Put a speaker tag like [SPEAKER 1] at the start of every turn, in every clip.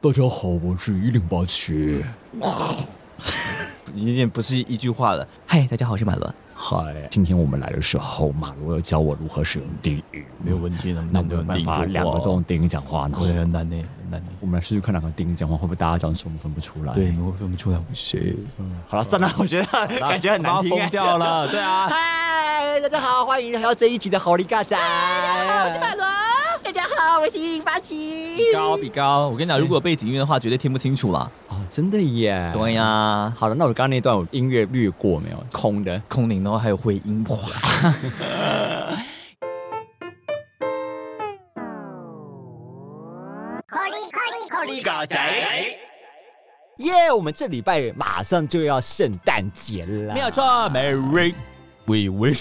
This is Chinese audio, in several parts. [SPEAKER 1] 大家好，我是一零八七。
[SPEAKER 2] 有点不是一句话了。嗨，大家好，我是马伦。
[SPEAKER 1] 嗨，今天我们来的时候，马罗要教我如何使用定语，
[SPEAKER 2] 没有问题，能
[SPEAKER 1] 那没有办法，两个都用定语讲话呢。
[SPEAKER 2] 我也很难呢，很难呢。
[SPEAKER 1] 我们来试试看两个定语讲话会不会大家讲说我们分不出来。
[SPEAKER 2] 对，，你们分不出来我是谁，
[SPEAKER 1] 好了，算 了，我觉得感觉很难听。
[SPEAKER 2] 疯掉了。对啊，
[SPEAKER 1] 嗨，大家好，欢迎来到这一集的《猴力嘎仔》。
[SPEAKER 3] 我是马
[SPEAKER 1] 啊
[SPEAKER 3] 伦。大家好，我是一零八七。
[SPEAKER 2] 比高比高。我跟你讲，如果有背景音乐的话，绝对听不清楚啦。
[SPEAKER 1] 哦，真的耶。
[SPEAKER 2] 对哎呀，
[SPEAKER 1] 好了，那我刚刚那段我音乐略过没有？空的。
[SPEAKER 2] 空灵，然后还有回音。哇，
[SPEAKER 1] 耶、我们这礼拜马上就要圣诞节了。
[SPEAKER 2] 没有错，Merry。喂喂，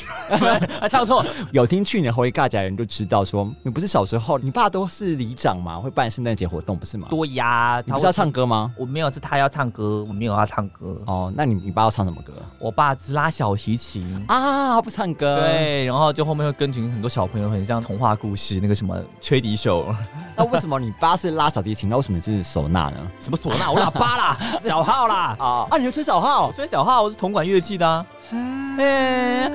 [SPEAKER 2] 啊，唱错，
[SPEAKER 1] 有听去年《猴一尬仔》的人就知道说，你不是小时候你爸都是里长嘛，会办圣诞节活动不是吗？
[SPEAKER 2] 多呀。
[SPEAKER 1] 你不是要唱？歌吗？
[SPEAKER 2] 我没有，是他要唱歌，我没有要唱歌。
[SPEAKER 1] 哦，那你你爸要唱什么歌
[SPEAKER 2] 我爸只拉小提琴，
[SPEAKER 1] 啊？他不唱歌。，
[SPEAKER 2] 对，然后就后面会跟群很多小朋友，很像童话故事那个什么吹笛手，
[SPEAKER 1] 那为什么你爸是拉小提琴，那为什么你是手纳呢？
[SPEAKER 2] 什么唢呐，我喇叭啦，小号啦，
[SPEAKER 1] 啊啊，你就吹小号
[SPEAKER 2] 我。吹哦小号我是铜管乐器的、啊，哎哎，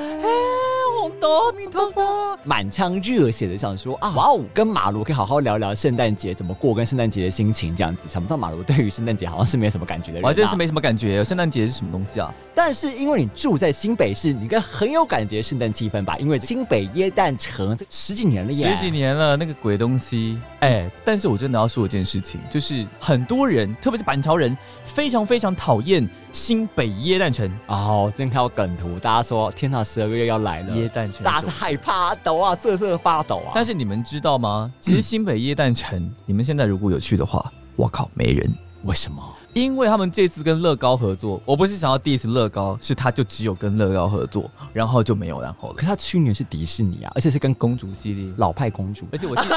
[SPEAKER 2] 我懂你懂吗？
[SPEAKER 1] 满腔热血的想说啊，哇哦，跟马卢可以好好聊聊圣诞节怎么过，跟圣诞节的心情这样子。想不到马卢对于圣诞节好像是没有什么感觉的人、啊，
[SPEAKER 2] 我还真是没什么感觉，圣诞节是什么东西啊？
[SPEAKER 1] 但是因为你住在新北市，你应该很有感觉圣诞气氛吧？因为新北耶诞城这十几年了耶，
[SPEAKER 2] 十几年了，那个鬼东西，哎，但是我真的要说一件事情，就是很多人，特别是板桥人，非常非常讨厌新北耶诞城，
[SPEAKER 1] 哦，真看到梗图，大家说天呐，十二月要来了，
[SPEAKER 2] 耶诞城，
[SPEAKER 1] 大家是害怕抖啊，瑟瑟发抖啊。
[SPEAKER 2] 嗯但是你们知道吗？其实新北耶诞城，你们现在如果有去的话，我靠，没人。
[SPEAKER 1] 为什么？
[SPEAKER 2] 因为他们这次跟乐高合作，我不是想要 diss 乐高，是他就只有跟乐高合作，然后就没有然后
[SPEAKER 1] 可
[SPEAKER 2] 了。
[SPEAKER 1] 是他去年是迪士尼啊，而且是跟公
[SPEAKER 2] 公主系列，
[SPEAKER 1] 老派公主
[SPEAKER 2] 而且我记得，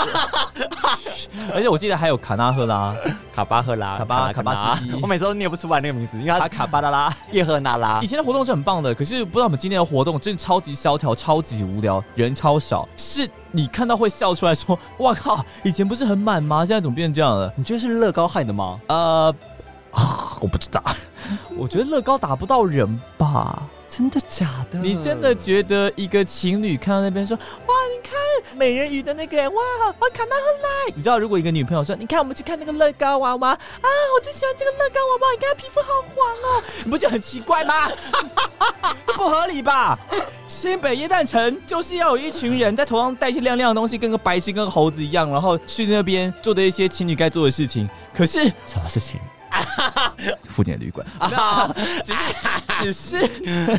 [SPEAKER 2] 而且我记得还有卡纳赫拉、
[SPEAKER 1] 卡巴赫拉、
[SPEAKER 2] 卡巴
[SPEAKER 1] 卡
[SPEAKER 2] 卡巴斯基
[SPEAKER 1] 我每次都念不出来那个名字，因为
[SPEAKER 2] 卡
[SPEAKER 1] 他
[SPEAKER 2] 卡巴拉拉。
[SPEAKER 1] 叶赫那拉
[SPEAKER 2] 以。前的活动是很棒的，可是不知道我们今天的活动真的超级萧条、超级无聊，人超少，是你看到会笑出来说：“哇靠，以前不是很满吗？现在怎么变成这样了？”
[SPEAKER 1] 你觉得是乐高害的吗？
[SPEAKER 2] 呃， 我不知道， 我觉得乐高打不到人吧？
[SPEAKER 1] 真的假的？
[SPEAKER 2] 你真的觉得一个情侣看到那边说哇，你看美人鱼的那个哇，哇卡纳赫拉，你知道如果一个女朋友说你看我们去看那个乐高娃娃啊，我最喜欢这个乐高娃娃，你看它皮肤好黄哦，你不觉得很奇怪吗？ 不合理吧？新北耶诞城就是要有一群人在头上戴一些亮亮的东西，跟个白痴、跟个猴子一样，然后去那边做的一些情侣该做的事情。可是
[SPEAKER 1] 什么事情？
[SPEAKER 2] 附近的 旅馆。只是只是，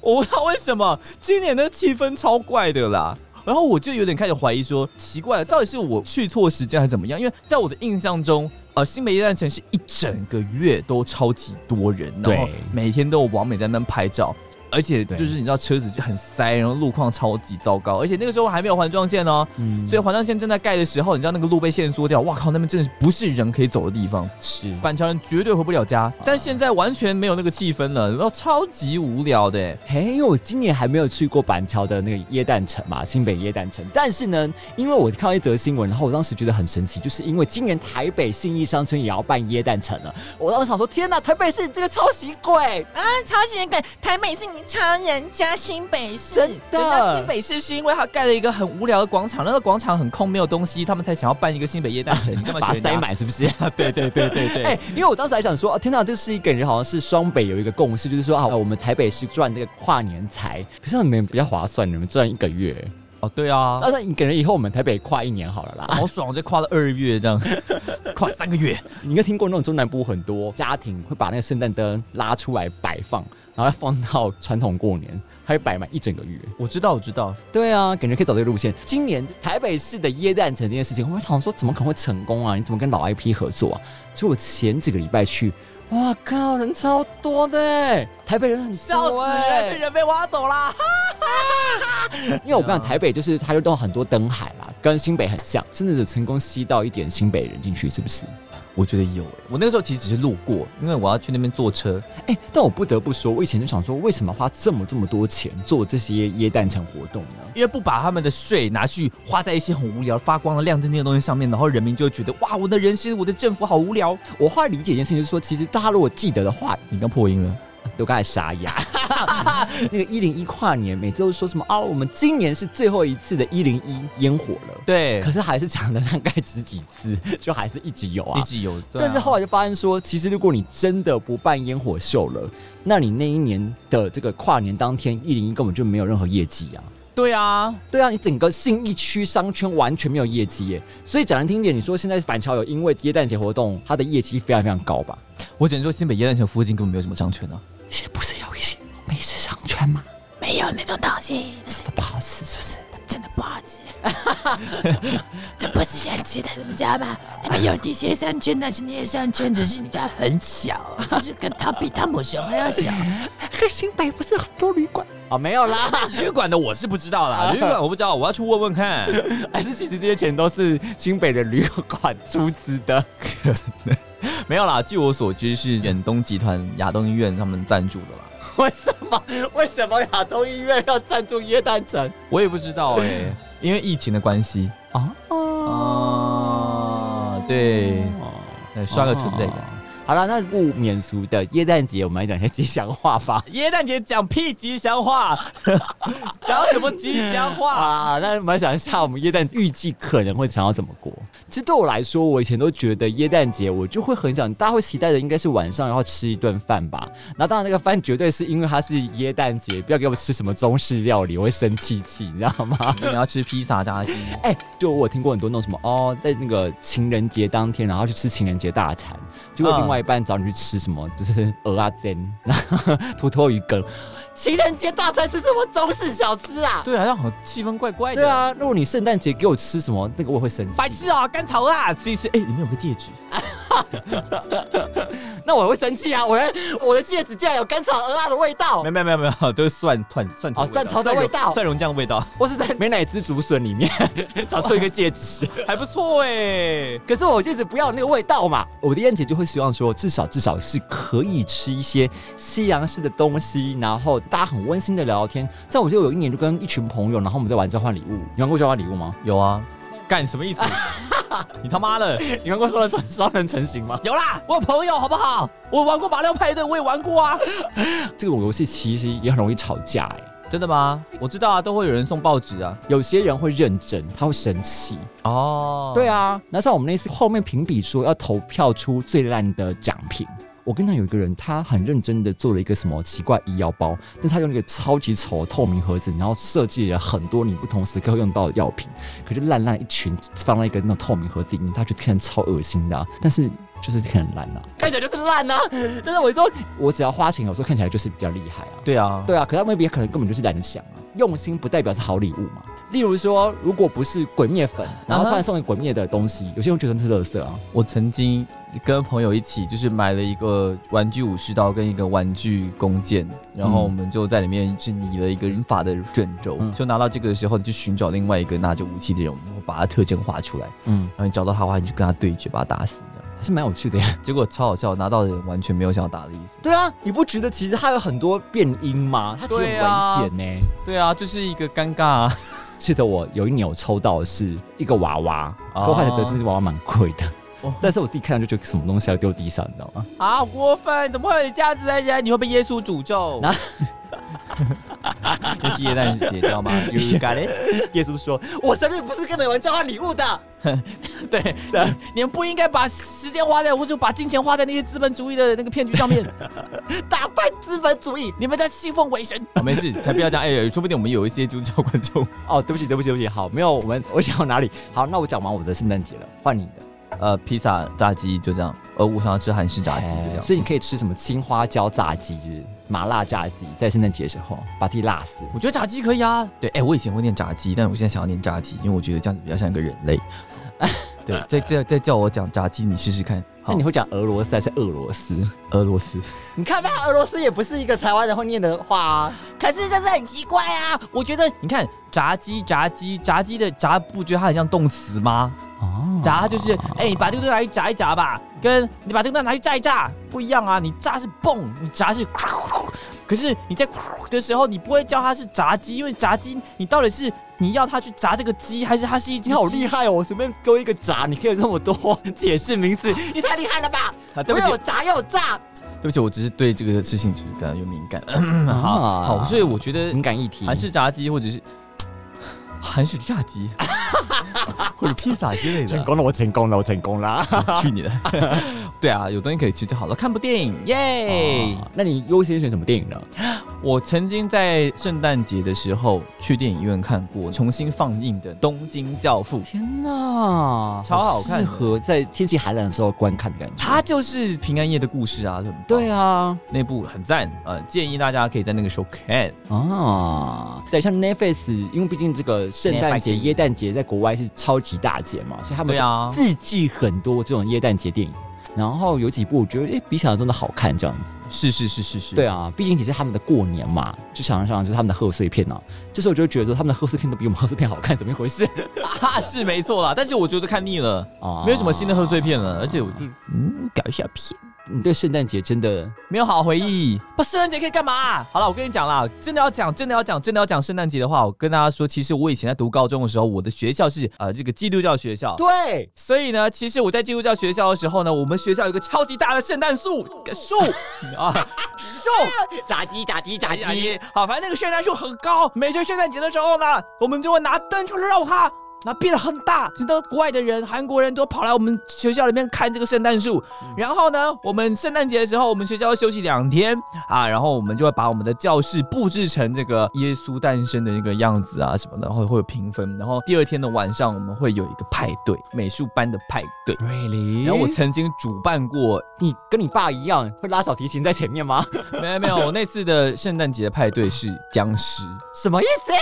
[SPEAKER 2] 我不知道为什么今年的气氛超怪的啦。然后我就有点开始怀疑说，奇怪了，到底是我去错时间还是怎么样？因为在我的印象中，呃，新北夜诞城是一整个月都超级多人，然后
[SPEAKER 1] 对
[SPEAKER 2] 每天都有网美在那边拍照。而且
[SPEAKER 1] 对
[SPEAKER 2] 就是你知道车子就很塞，然后路况超级糟糕，而且那个时候还没有环状线哦，
[SPEAKER 1] 嗯
[SPEAKER 2] 所以环状线正在盖的时候，你知道那个路被限缩掉，哇靠，那边真的是不是人可以走的地
[SPEAKER 1] 嗯
[SPEAKER 2] 方。
[SPEAKER 1] 是
[SPEAKER 2] 板桥人绝对回不了家，
[SPEAKER 1] 啊
[SPEAKER 2] 但现在完全没有那个气氛了，然后超级无聊的欸。
[SPEAKER 1] 嘿，因为我今年还没有去过板桥的那个耶诞城嘛，新北耶诞城。但是呢，因为我看到一则新闻，然后我当时觉得很神奇，就是因为今年台北信义商圈也要办耶诞城了。我当时想说，天呐，台北市这个抄袭鬼！
[SPEAKER 3] 啊，超喜梗，台北市你超人家新北市，
[SPEAKER 1] 真的
[SPEAKER 2] 人家新北市是因为他啊盖了一个很无聊的广场，那个广场很空，没有东西，他们才想要办一个新北夜诞城，你干嘛
[SPEAKER 1] 把它
[SPEAKER 2] 学人家
[SPEAKER 1] 塞？满是不 是？
[SPEAKER 2] 对对对对对。
[SPEAKER 1] 哎、因为我当时还想说，哦，天呐，这是一个感觉好像是双北有一个共识，就是说啊，我们台北市赚这个跨年财，可是你们比较划算，你们赚一个月，
[SPEAKER 2] 哦对啊
[SPEAKER 1] 啊，，那你感觉以后我们台北跨一年好了啦。
[SPEAKER 2] 好爽，就跨了二月这样，跨三个月。
[SPEAKER 1] 你应该听过那种中南部很多家庭会把那个圣诞灯拉出来摆放，然后放到传统过年，还摆满一整个月。
[SPEAKER 2] 我知道我知道，
[SPEAKER 1] 对啊，感觉可以走这个路线。今年台北市的耶诞城这件事情，我们想说怎么可能会成功啊？你怎么跟老 IP 合作啊？所以我前几个礼拜去，哇靠，人超多的欸，台北人很
[SPEAKER 2] 笑死
[SPEAKER 1] 多欸
[SPEAKER 2] 了，是人被挖走啦。
[SPEAKER 1] 因为我跟你讲，台北就是它就都有很多灯海啦，跟新北很像，甚至有成功吸到一点新北人进去，是不是？
[SPEAKER 2] 我觉得有、欸，我那个时候其实只是路过，因为我要去那边坐车。
[SPEAKER 1] 哎、但我不得不说，我以前就想说，为什么花这么这么多钱做这些椰蛋城活动呢？
[SPEAKER 2] 因为不把他们的税拿去花在一些很无聊、发光的亮晶晶的东西上面，然后人民就会觉得哇，我的人心，我的政府好无聊。
[SPEAKER 1] 我后来理解一件事情，就是说，其实大家如果记得的话，
[SPEAKER 2] 你刚破音了，
[SPEAKER 1] 都刚才傻眼。那个一零一跨年，每次都说什么啊，我们今年是最后一次的一零一烟火了。
[SPEAKER 2] 对
[SPEAKER 1] 可，是还是讲了大概十几次，就还是一直有啊
[SPEAKER 2] 一。直有。对啊
[SPEAKER 1] 但是后来就发现说，其实如果你真的不办烟火秀了，那你那一年的这个跨年当天，一零一根本就没有任何业绩啊。
[SPEAKER 2] 对啊，
[SPEAKER 1] 对啊，你整个信义区商圈完全没有业绩耶。所以讲难听一点，你说现在板桥有因为耶诞节活动，它的业绩非常非常高吧？
[SPEAKER 2] 我只能说新北耶诞城附近根本没有什么商圈啊。
[SPEAKER 1] 是不是有一些美食商圈吗？
[SPEAKER 3] 没有那种东西，
[SPEAKER 1] 真的不好吃，是不是？
[SPEAKER 3] 真的不好吃。这不是人吃的，你们知道吗？他们有一些商圈，但是那些商圈只是你家很小，就是跟他比汤姆熊还要小。
[SPEAKER 1] 可是新北不是很多旅馆啊？没有啦，
[SPEAKER 2] 旅馆的我是不知道 啦，旅馆我不知道，我要去问问看。
[SPEAKER 1] 还是其实这些钱都是新北的旅馆出资的。
[SPEAKER 2] 没有啦，据我所知是远东集团亚东医院他们赞助的啦。
[SPEAKER 1] 为什么？为什么亚东医院要赞助耶诞城？
[SPEAKER 2] 我也不知道哎、 因为疫情的关系
[SPEAKER 1] 啊
[SPEAKER 2] 啊，对，对刷个存在感。
[SPEAKER 1] 哦好了，那不免俗的耶诞节，我们来讲一些吉祥话 吧。
[SPEAKER 2] 耶诞节讲屁吉祥话， 讲什么吉祥话？
[SPEAKER 1] 啊，那我们来想一下，我们耶诞预计可能会想要怎么过？其实对我来说，我以前都觉得耶诞节，我就会很想，大家会期待的应该是晚上然后吃一顿饭吧。那当然，那个饭绝对是因为它是耶诞节，不要给我吃什么中式料理，我会生气气，你知道吗？
[SPEAKER 2] 你们要吃披萨炸鸡？
[SPEAKER 1] 哎、就我有听过很多那种什么哦，在那个情人节当天，然后去吃情人节大餐，结果
[SPEAKER 2] 嗯
[SPEAKER 1] 另外一半找你去吃什么，就是鹅啊煎， 然后土托鱼羹。情人节大餐是什么中式小吃啊？
[SPEAKER 2] 对啊，让好像气氛怪怪的。
[SPEAKER 1] 对，啊，如果你圣诞节给我吃什么，那个我也会生气。
[SPEAKER 2] 白痴啊，甘草啊，吃一吃。哎、里面有个戒指。
[SPEAKER 1] 那我会生气啊！我的我的戒指竟然有甘草鹅啊的味道
[SPEAKER 2] 没，有没有没有没有，都是蒜蒜哦蒜头
[SPEAKER 1] 哦蒜头的味道
[SPEAKER 2] 蒜蓉酱的味道，
[SPEAKER 1] 我是在美乃滋竹笋里面 找出一个戒指。
[SPEAKER 2] 还不错哎、
[SPEAKER 1] 可是我戒指不要那个味道嘛，我的燕姐就会希望说，至少至少是可以吃一些西洋式的东西，然后大家很温馨的聊聊天。像我就有一年就跟一群朋友，然后我们在玩交换礼物，你玩过交换礼物吗？
[SPEAKER 2] 有啊，干什么意 思？你他妈的
[SPEAKER 1] 你玩过双人成双人成型吗？
[SPEAKER 2] 有啦！我有朋友好不好？我玩过马里奥派对，我也玩过啊。
[SPEAKER 1] 这个游戏其实也很容易吵架哎、
[SPEAKER 2] 真的吗？我知道啊，都会有人送报纸啊。
[SPEAKER 1] 有些人会认真，他会生气。
[SPEAKER 2] 哦，
[SPEAKER 1] 对啊，那像我们那次后面评比说要投票出最烂的奖品。我跟你讲，有一个人他很认真的做了一个什么奇怪医药包，但是他用那个超级丑的透明盒子，然后设计了很多你不同时刻会用到的药品，可是烂烂一群放在一个那种透明盒子里面，他就看着超恶心的啊、但是就是很烂啊，看起来就是烂啊。但是我说我只要花钱，有时候看起来就是比较厉害啊。
[SPEAKER 2] 对啊，
[SPEAKER 1] 对啊，可是他们也可能根本就是懒得想啊，用心不代表是好礼物嘛。例如说，如果不是鬼灭粉，然后突然送你鬼灭的东西，有些人觉得那是垃圾啊。
[SPEAKER 2] 我曾经跟朋友一起，就是买了一个玩具武士刀跟一个玩具弓箭，然后我们就在里面是拟了一个法的卷轴，
[SPEAKER 1] 嗯
[SPEAKER 2] 就拿到这个的时候，你去寻找另外一个拿着武器的人，然后把他特征画出来，
[SPEAKER 1] 嗯，
[SPEAKER 2] 然后你找到他的话，你就跟他对决，把他打死，这样。
[SPEAKER 1] 还是蛮有趣的呀。
[SPEAKER 2] 结果超好笑，拿到的人完全没有想要打的意思。
[SPEAKER 1] 对啊，你不觉得其实它有很多变音吗？它其实很
[SPEAKER 2] 对啊
[SPEAKER 1] 危险呢、
[SPEAKER 2] 对啊，就是一个尴尬、啊。
[SPEAKER 1] 记得我有一年我抽到的是一个娃娃，
[SPEAKER 2] 哦
[SPEAKER 1] 我还得是娃娃蛮贵的
[SPEAKER 2] 哦。
[SPEAKER 1] 但是我自己看到就觉得什么东西要丢地上，你知道吗？
[SPEAKER 2] 啊，好过分！怎么会有这样子的人？你会被耶稣诅 咒。
[SPEAKER 1] 那
[SPEAKER 2] 这是耶诞节，知道 吗？You got it？
[SPEAKER 1] 耶稣说：“我生日不是跟你们交换礼物的。
[SPEAKER 2] 对，你们不应该把时间花在，或者把金钱花在那些资本主义的那个骗局上面。
[SPEAKER 1] 打败资本主义。
[SPEAKER 2] 你们在信奉鬼神。 没事，才不要这样。哎、说不定我们有一些宗教观众。
[SPEAKER 1] 哦，对不起，对不起，对不起，好，没有，我们我想到哪里？好，那我讲完我的圣诞节了，换你的。
[SPEAKER 2] 呃，披萨、炸鸡就这样。呃，我想要吃韩式炸鸡，就这
[SPEAKER 1] 哎
[SPEAKER 2] 样。
[SPEAKER 1] 所以你可以吃什么青花椒炸鸡，就是麻辣炸鸡，在圣诞节的时候把自己辣死。
[SPEAKER 2] 我觉得炸鸡可以啊。对，哎、我以前会念炸鸡，但我现在想要念 炸鸡，因为我觉得这样子比较像一个人类。对，再再再叫我讲炸鸡，你试试看。
[SPEAKER 1] 那你会讲俄罗斯还是俄罗斯？
[SPEAKER 2] 俄罗斯，
[SPEAKER 1] 你看吧，俄罗斯也不是一个台湾人会念的话啊。
[SPEAKER 3] 可是这是很奇怪啊！
[SPEAKER 2] 我觉得你看炸鸡，炸鸡，炸鸡的炸，不觉得它很像动词吗？
[SPEAKER 1] 哦，
[SPEAKER 2] 炸它就是，哎、你把这个东西拿去炸一炸吧，跟你把这个东西拿去炸一炸不一样啊！你炸是蹦，你炸是，可是你在 的时候，你不会叫它是炸鸡，因为炸鸡你到底是你要它去炸这个鸡，还是它是一只
[SPEAKER 1] 你好
[SPEAKER 2] 鸡
[SPEAKER 1] 厉害哦！我随便勾一个炸，你可以这么多解释名字， 你太厉害了吧？
[SPEAKER 2] 啊？对不起
[SPEAKER 1] 又，有炸又有炸，
[SPEAKER 2] 对不起，我只是对这个事情就是感到有敏感。好
[SPEAKER 1] 啊
[SPEAKER 2] 好，所以我觉得
[SPEAKER 1] 敏感议题
[SPEAKER 2] 韩式炸鸡或者是韩式炸鸡， 或者披萨之类
[SPEAKER 1] 成
[SPEAKER 2] 的。
[SPEAKER 1] 功了，我成功了，我成功了。
[SPEAKER 2] 去你的！对啊，有东西可以吃就好了。看部电影，耶！
[SPEAKER 1] 哦那你优先选什么电影呢？
[SPEAKER 2] 我曾经在圣诞节的时候去电影院看过重新放映的《东京教父》，
[SPEAKER 1] 天哪，
[SPEAKER 2] 超好看
[SPEAKER 1] 适
[SPEAKER 2] 的
[SPEAKER 1] 合在天气寒冷的时候观看的感觉。
[SPEAKER 2] 它就是平安夜的故事啊，对不
[SPEAKER 1] 对
[SPEAKER 2] 啊，
[SPEAKER 1] 啊，
[SPEAKER 2] 那部很赞，呃，建议大家可以在那个时候看。
[SPEAKER 1] 啊，在像 Netflix，因为毕竟这个圣诞节、
[SPEAKER 2] Netflix
[SPEAKER 1] 耶诞节在国外是超级大节嘛，所以他们
[SPEAKER 2] 对啊
[SPEAKER 1] 自制很多这种耶诞节电影。然后有几部我觉得诶比想象中的好看这样子，
[SPEAKER 2] 是是是是是，
[SPEAKER 1] 对啊，毕竟也是他们的过年嘛，就想象就是他们的贺岁片啊。这时候我就觉得说他们的贺岁片都比我们贺岁片好看，怎么一回 事
[SPEAKER 2] 啊，是没错啦。但是我觉得看腻了，
[SPEAKER 1] 啊？
[SPEAKER 2] 没有什么新的贺岁片了，而且我就嗯搞一下片，
[SPEAKER 1] 你嗯对圣诞节真的
[SPEAKER 2] 没有好回忆。不，圣诞节可以干嘛啊、好了，我跟你讲啦，真的要讲，真的要讲，真的要讲圣诞节的话，我跟大家说，其实我以前在读高中的时候，我的学校是呃这个基督教学校，
[SPEAKER 1] 对
[SPEAKER 2] 所以呢，其实我在基督教学校的时候呢，我们学校有一个超级大的圣诞树树啊树。
[SPEAKER 1] 炸鸡炸鸡炸
[SPEAKER 2] 哎呀，好，反正那个圣诞树很高，每次圣诞节的时候呢，我们就会拿灯去绕它，然后变得很大，直到国外的人、韩国人都跑来我们学校里面看这个圣诞树。
[SPEAKER 1] 嗯
[SPEAKER 2] 然后呢，我们圣诞节的时候，我们学校要休息两天啊，然后我们就会把我们的教室布置成这个耶稣诞生的那个样子啊什么的，然后会有评分。然后第二天的晚上，我们会有一个派对，美术班的派对。
[SPEAKER 1] ，really？
[SPEAKER 2] 然后我曾经主办过
[SPEAKER 1] 你跟你爸一样会拉小提琴在前面吗？
[SPEAKER 2] 没有没有，我那次的圣诞节派对是僵尸，
[SPEAKER 1] 什么意思？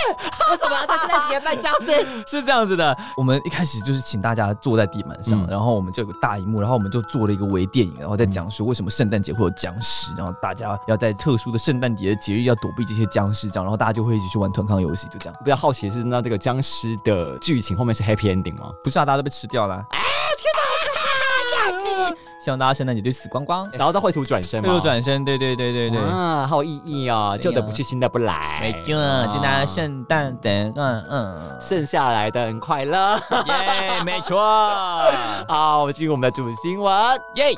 [SPEAKER 1] 为什么要在圣诞节办僵尸？
[SPEAKER 2] 是这样子的。我们一开始就是请大家坐在地板上，
[SPEAKER 1] 嗯
[SPEAKER 2] 然后我们就有个大荧幕，然后我们就做了一个微电影，然后再讲述为什么圣诞节会有僵尸，然后大家要在特殊的圣诞节的节日要躲避这些僵尸，这样，然后大家就会一起去玩团康游戏，就这样。
[SPEAKER 1] 比较好奇的是，那这个僵尸的剧情后面是 happy ending 吗？
[SPEAKER 2] 不是啊，大家都被吃掉了。啊！天哪，希望大家圣诞节都死光光，
[SPEAKER 1] 然后到绘图转身
[SPEAKER 2] 被
[SPEAKER 1] 吗？
[SPEAKER 2] 我哎转身。对对对对对。哎
[SPEAKER 1] 啊，好有意义哦，旧的不去，新的不来。啊
[SPEAKER 2] 没错，祝大家圣诞节，嗯嗯，
[SPEAKER 1] 剩下来的很快乐。
[SPEAKER 2] 耶，没错，
[SPEAKER 1] 好，我们进入我们的主新闻。
[SPEAKER 2] 耶。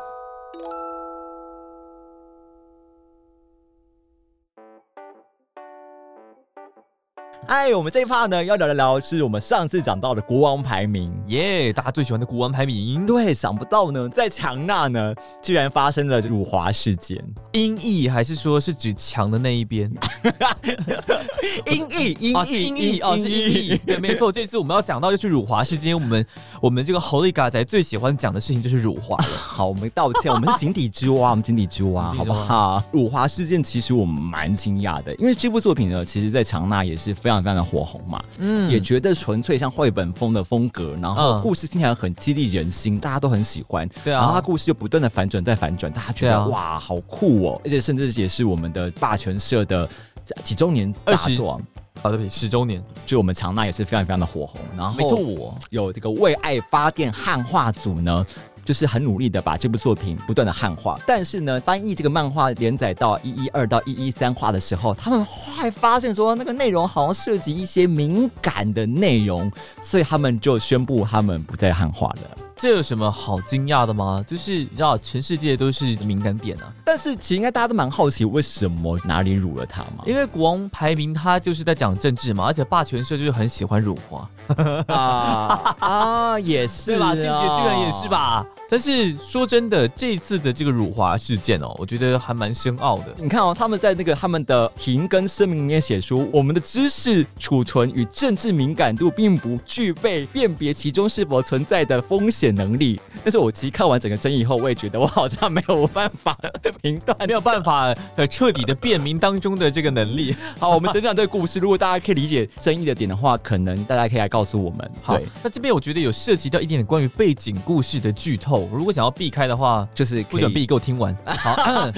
[SPEAKER 1] 哎，我们这一趴呢，要聊一聊是我们上次讲到的国王排名。
[SPEAKER 2] 耶大家最喜欢的古玩排名，
[SPEAKER 1] 对，想不到呢，在强纳呢，居然发生了辱华事件。
[SPEAKER 2] 音译还是说是指强的那一边？
[SPEAKER 1] 音译，音
[SPEAKER 2] 哦，是音译，哦，是音 译。对，没错，这次我们要讲到就是辱华事件，我们我们这个侯利嘎仔最喜欢讲的事情就是辱华了。
[SPEAKER 1] 好，我们道歉，我们是井底之 蛙，我们井底之蛙，
[SPEAKER 2] 井
[SPEAKER 1] 好
[SPEAKER 2] 底之
[SPEAKER 1] 不
[SPEAKER 2] 蛙
[SPEAKER 1] 好？辱华事件其实我们蛮惊讶的，因为这部作品呢，其实在强纳也是非常非常的火红嘛，
[SPEAKER 2] 嗯
[SPEAKER 1] 也觉得纯粹像绘本风的风格，然后
[SPEAKER 2] 嗯
[SPEAKER 1] 故事听起来很激励人心，大家都很喜欢。
[SPEAKER 2] 对啊
[SPEAKER 1] 然后它故事就不断的反转再反转，大家觉得、
[SPEAKER 2] 对啊
[SPEAKER 1] 哇，好酷哦！而且甚至也是我们的霸权社的几周年大
[SPEAKER 2] 20
[SPEAKER 1] 作，
[SPEAKER 2] 好对不起，十周年，
[SPEAKER 1] 就我们强纳也是非常非常的火红。然后
[SPEAKER 2] 没错，我
[SPEAKER 1] 有这个为爱发电汉化组呢。就是很努力的把这部作品不断的汉化，但是呢，翻译这个漫画连载到一一二到一一三话的时候，他们后来发现说那个内容好像涉及一些敏感的内容，所以他们就宣布他们不再汉化了。
[SPEAKER 2] 这有什么好惊讶的吗？就是你知道，全世界都是敏感点啊，
[SPEAKER 1] 但是其实应该大家都蛮好奇，为什么哪里辱了他嘛？
[SPEAKER 2] 因为国王排名他就是在讲政治嘛，而且霸权社就是很喜欢辱华，
[SPEAKER 1] 啊啊，也是
[SPEAKER 2] 对吧？进阶
[SPEAKER 1] 哦
[SPEAKER 2] 巨人也是？吧？但是说真的，这次的这个辱华事件哦，我觉得还蛮深奥的。
[SPEAKER 1] 你看哦，他们在那个他们的停更声明里面写出，我们的知识储存与政治敏感度并不具备辨别其中是否存在的风险解能力，但是我其实看完整个争议以后，我也觉得我好像没有办法评断。
[SPEAKER 2] 哎没有办法呃彻底的辨明当中的这个能力。
[SPEAKER 1] 好，我们整讲这个故事，如果大家可以理解争议的点的话，可能大家可以来告诉我们。
[SPEAKER 2] 好
[SPEAKER 1] 对，
[SPEAKER 2] 那这边我觉得有涉及到一点点关于背景故事的剧透，如果想要避开的话，
[SPEAKER 1] 就是
[SPEAKER 2] 不
[SPEAKER 1] 可
[SPEAKER 2] 准
[SPEAKER 1] 以
[SPEAKER 2] 必给我 听完。好，嗯好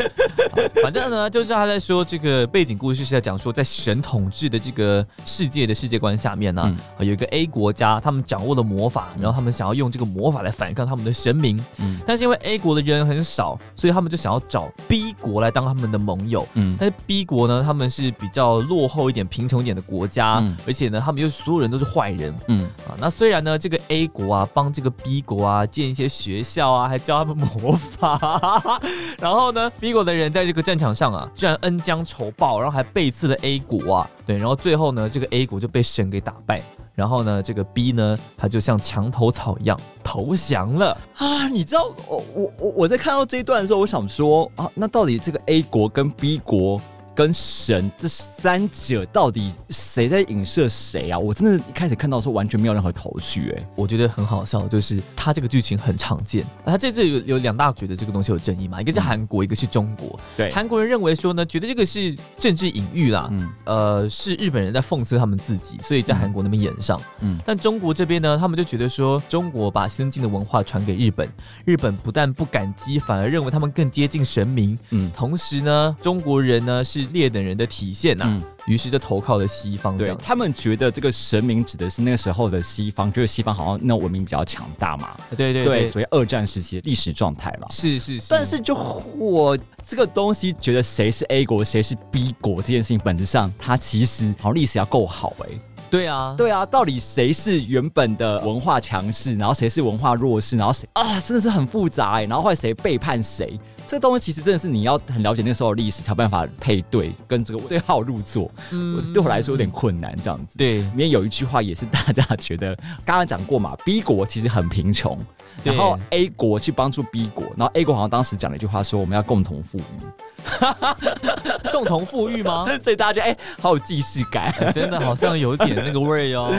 [SPEAKER 2] 反正呢，就是他在说这个背景故事是在讲说，在神统治的这个世界的世界观下面呢、
[SPEAKER 1] 嗯
[SPEAKER 2] 有一个 A 国家，他们掌握了魔法，然后他们想要用这个魔法来反抗他们的神明。
[SPEAKER 1] 嗯
[SPEAKER 2] 但是因为 A 国的人很少，所以他们就想要找 B 国来当他们的盟友。
[SPEAKER 1] 嗯
[SPEAKER 2] 但是 B 国呢，他们是比较落后一点、贫穷一点的国家，
[SPEAKER 1] 嗯
[SPEAKER 2] 而且呢，他们又是所有人都是坏人
[SPEAKER 1] 嗯，
[SPEAKER 2] 啊。那虽然呢，这个 A 国啊帮这个 B 国啊建一些学校啊，还教他们魔法， 然后呢，B 国的人在这个战场上啊，居然恩将仇报，然后还背刺了 A 国啊，对，然后最后呢，这个 A 国就被神给打败。然后呢，这个 B 呢，他就像墙头草一样投降了。
[SPEAKER 1] 啊，你知道我我我我在看到这一段的时候，我想说啊，那到底这个 A 国跟 B 国跟神这三者到底谁在影射谁啊？我真的一开始看到的时候完全没有任何头绪、哎，
[SPEAKER 2] 我觉得很好笑，就是它这个剧情很常见。啊它这次有有两大觉得这个东西有争议嘛，一个
[SPEAKER 1] 嗯
[SPEAKER 2] 是韩国，一个是中国。
[SPEAKER 1] 对
[SPEAKER 2] 韩国人认为说呢，觉得这个是政治隐喻啦，
[SPEAKER 1] 嗯
[SPEAKER 2] 呃，是日本人在讽刺他们自己，所以在韩国那边演上。
[SPEAKER 1] 嗯
[SPEAKER 2] 嗯，但中国这边呢，他们就觉得说，中国把先进的文化传给日本，日本不但不感激，反而认为他们更接近神明。
[SPEAKER 1] 嗯
[SPEAKER 2] 同时呢，中国人呢是劣等人的体现呐、啊
[SPEAKER 1] 嗯
[SPEAKER 2] 于是就投靠了西方这
[SPEAKER 1] 对
[SPEAKER 2] 样。
[SPEAKER 1] 他们觉得这个神明指的是那个时候的西方，就是西方好像那种文明比较强大嘛，
[SPEAKER 2] 对对对，
[SPEAKER 1] 所以二战时期的历史状态嘛。
[SPEAKER 2] 是是是。
[SPEAKER 1] 但是就我这个东西，觉得谁是 A 国，谁是 B 国这件事情，本质上它其实好像历史要够好哎、
[SPEAKER 2] 对啊，
[SPEAKER 1] 对啊，到底谁是原本的文化强势，然后谁是文化弱势，然后谁啊，真的是很复杂哎、然后后来谁背叛谁，这个东西其实真的是你要很了解那时候的历史，才有办法配对跟这个对号入座。我对我来说有点困难，这样子。
[SPEAKER 2] 对
[SPEAKER 1] 里面有一句话也是大家觉得，刚刚讲过嘛，B 国其实很贫穷，
[SPEAKER 2] 对
[SPEAKER 1] 然后 A 国去帮助 B 国，然后 A 国好像当时讲了一句话说我们要共同富裕，
[SPEAKER 2] 共同富裕吗？
[SPEAKER 1] 所以大家觉得哎、好有既视感。
[SPEAKER 2] 真的好像有点那个味 哦。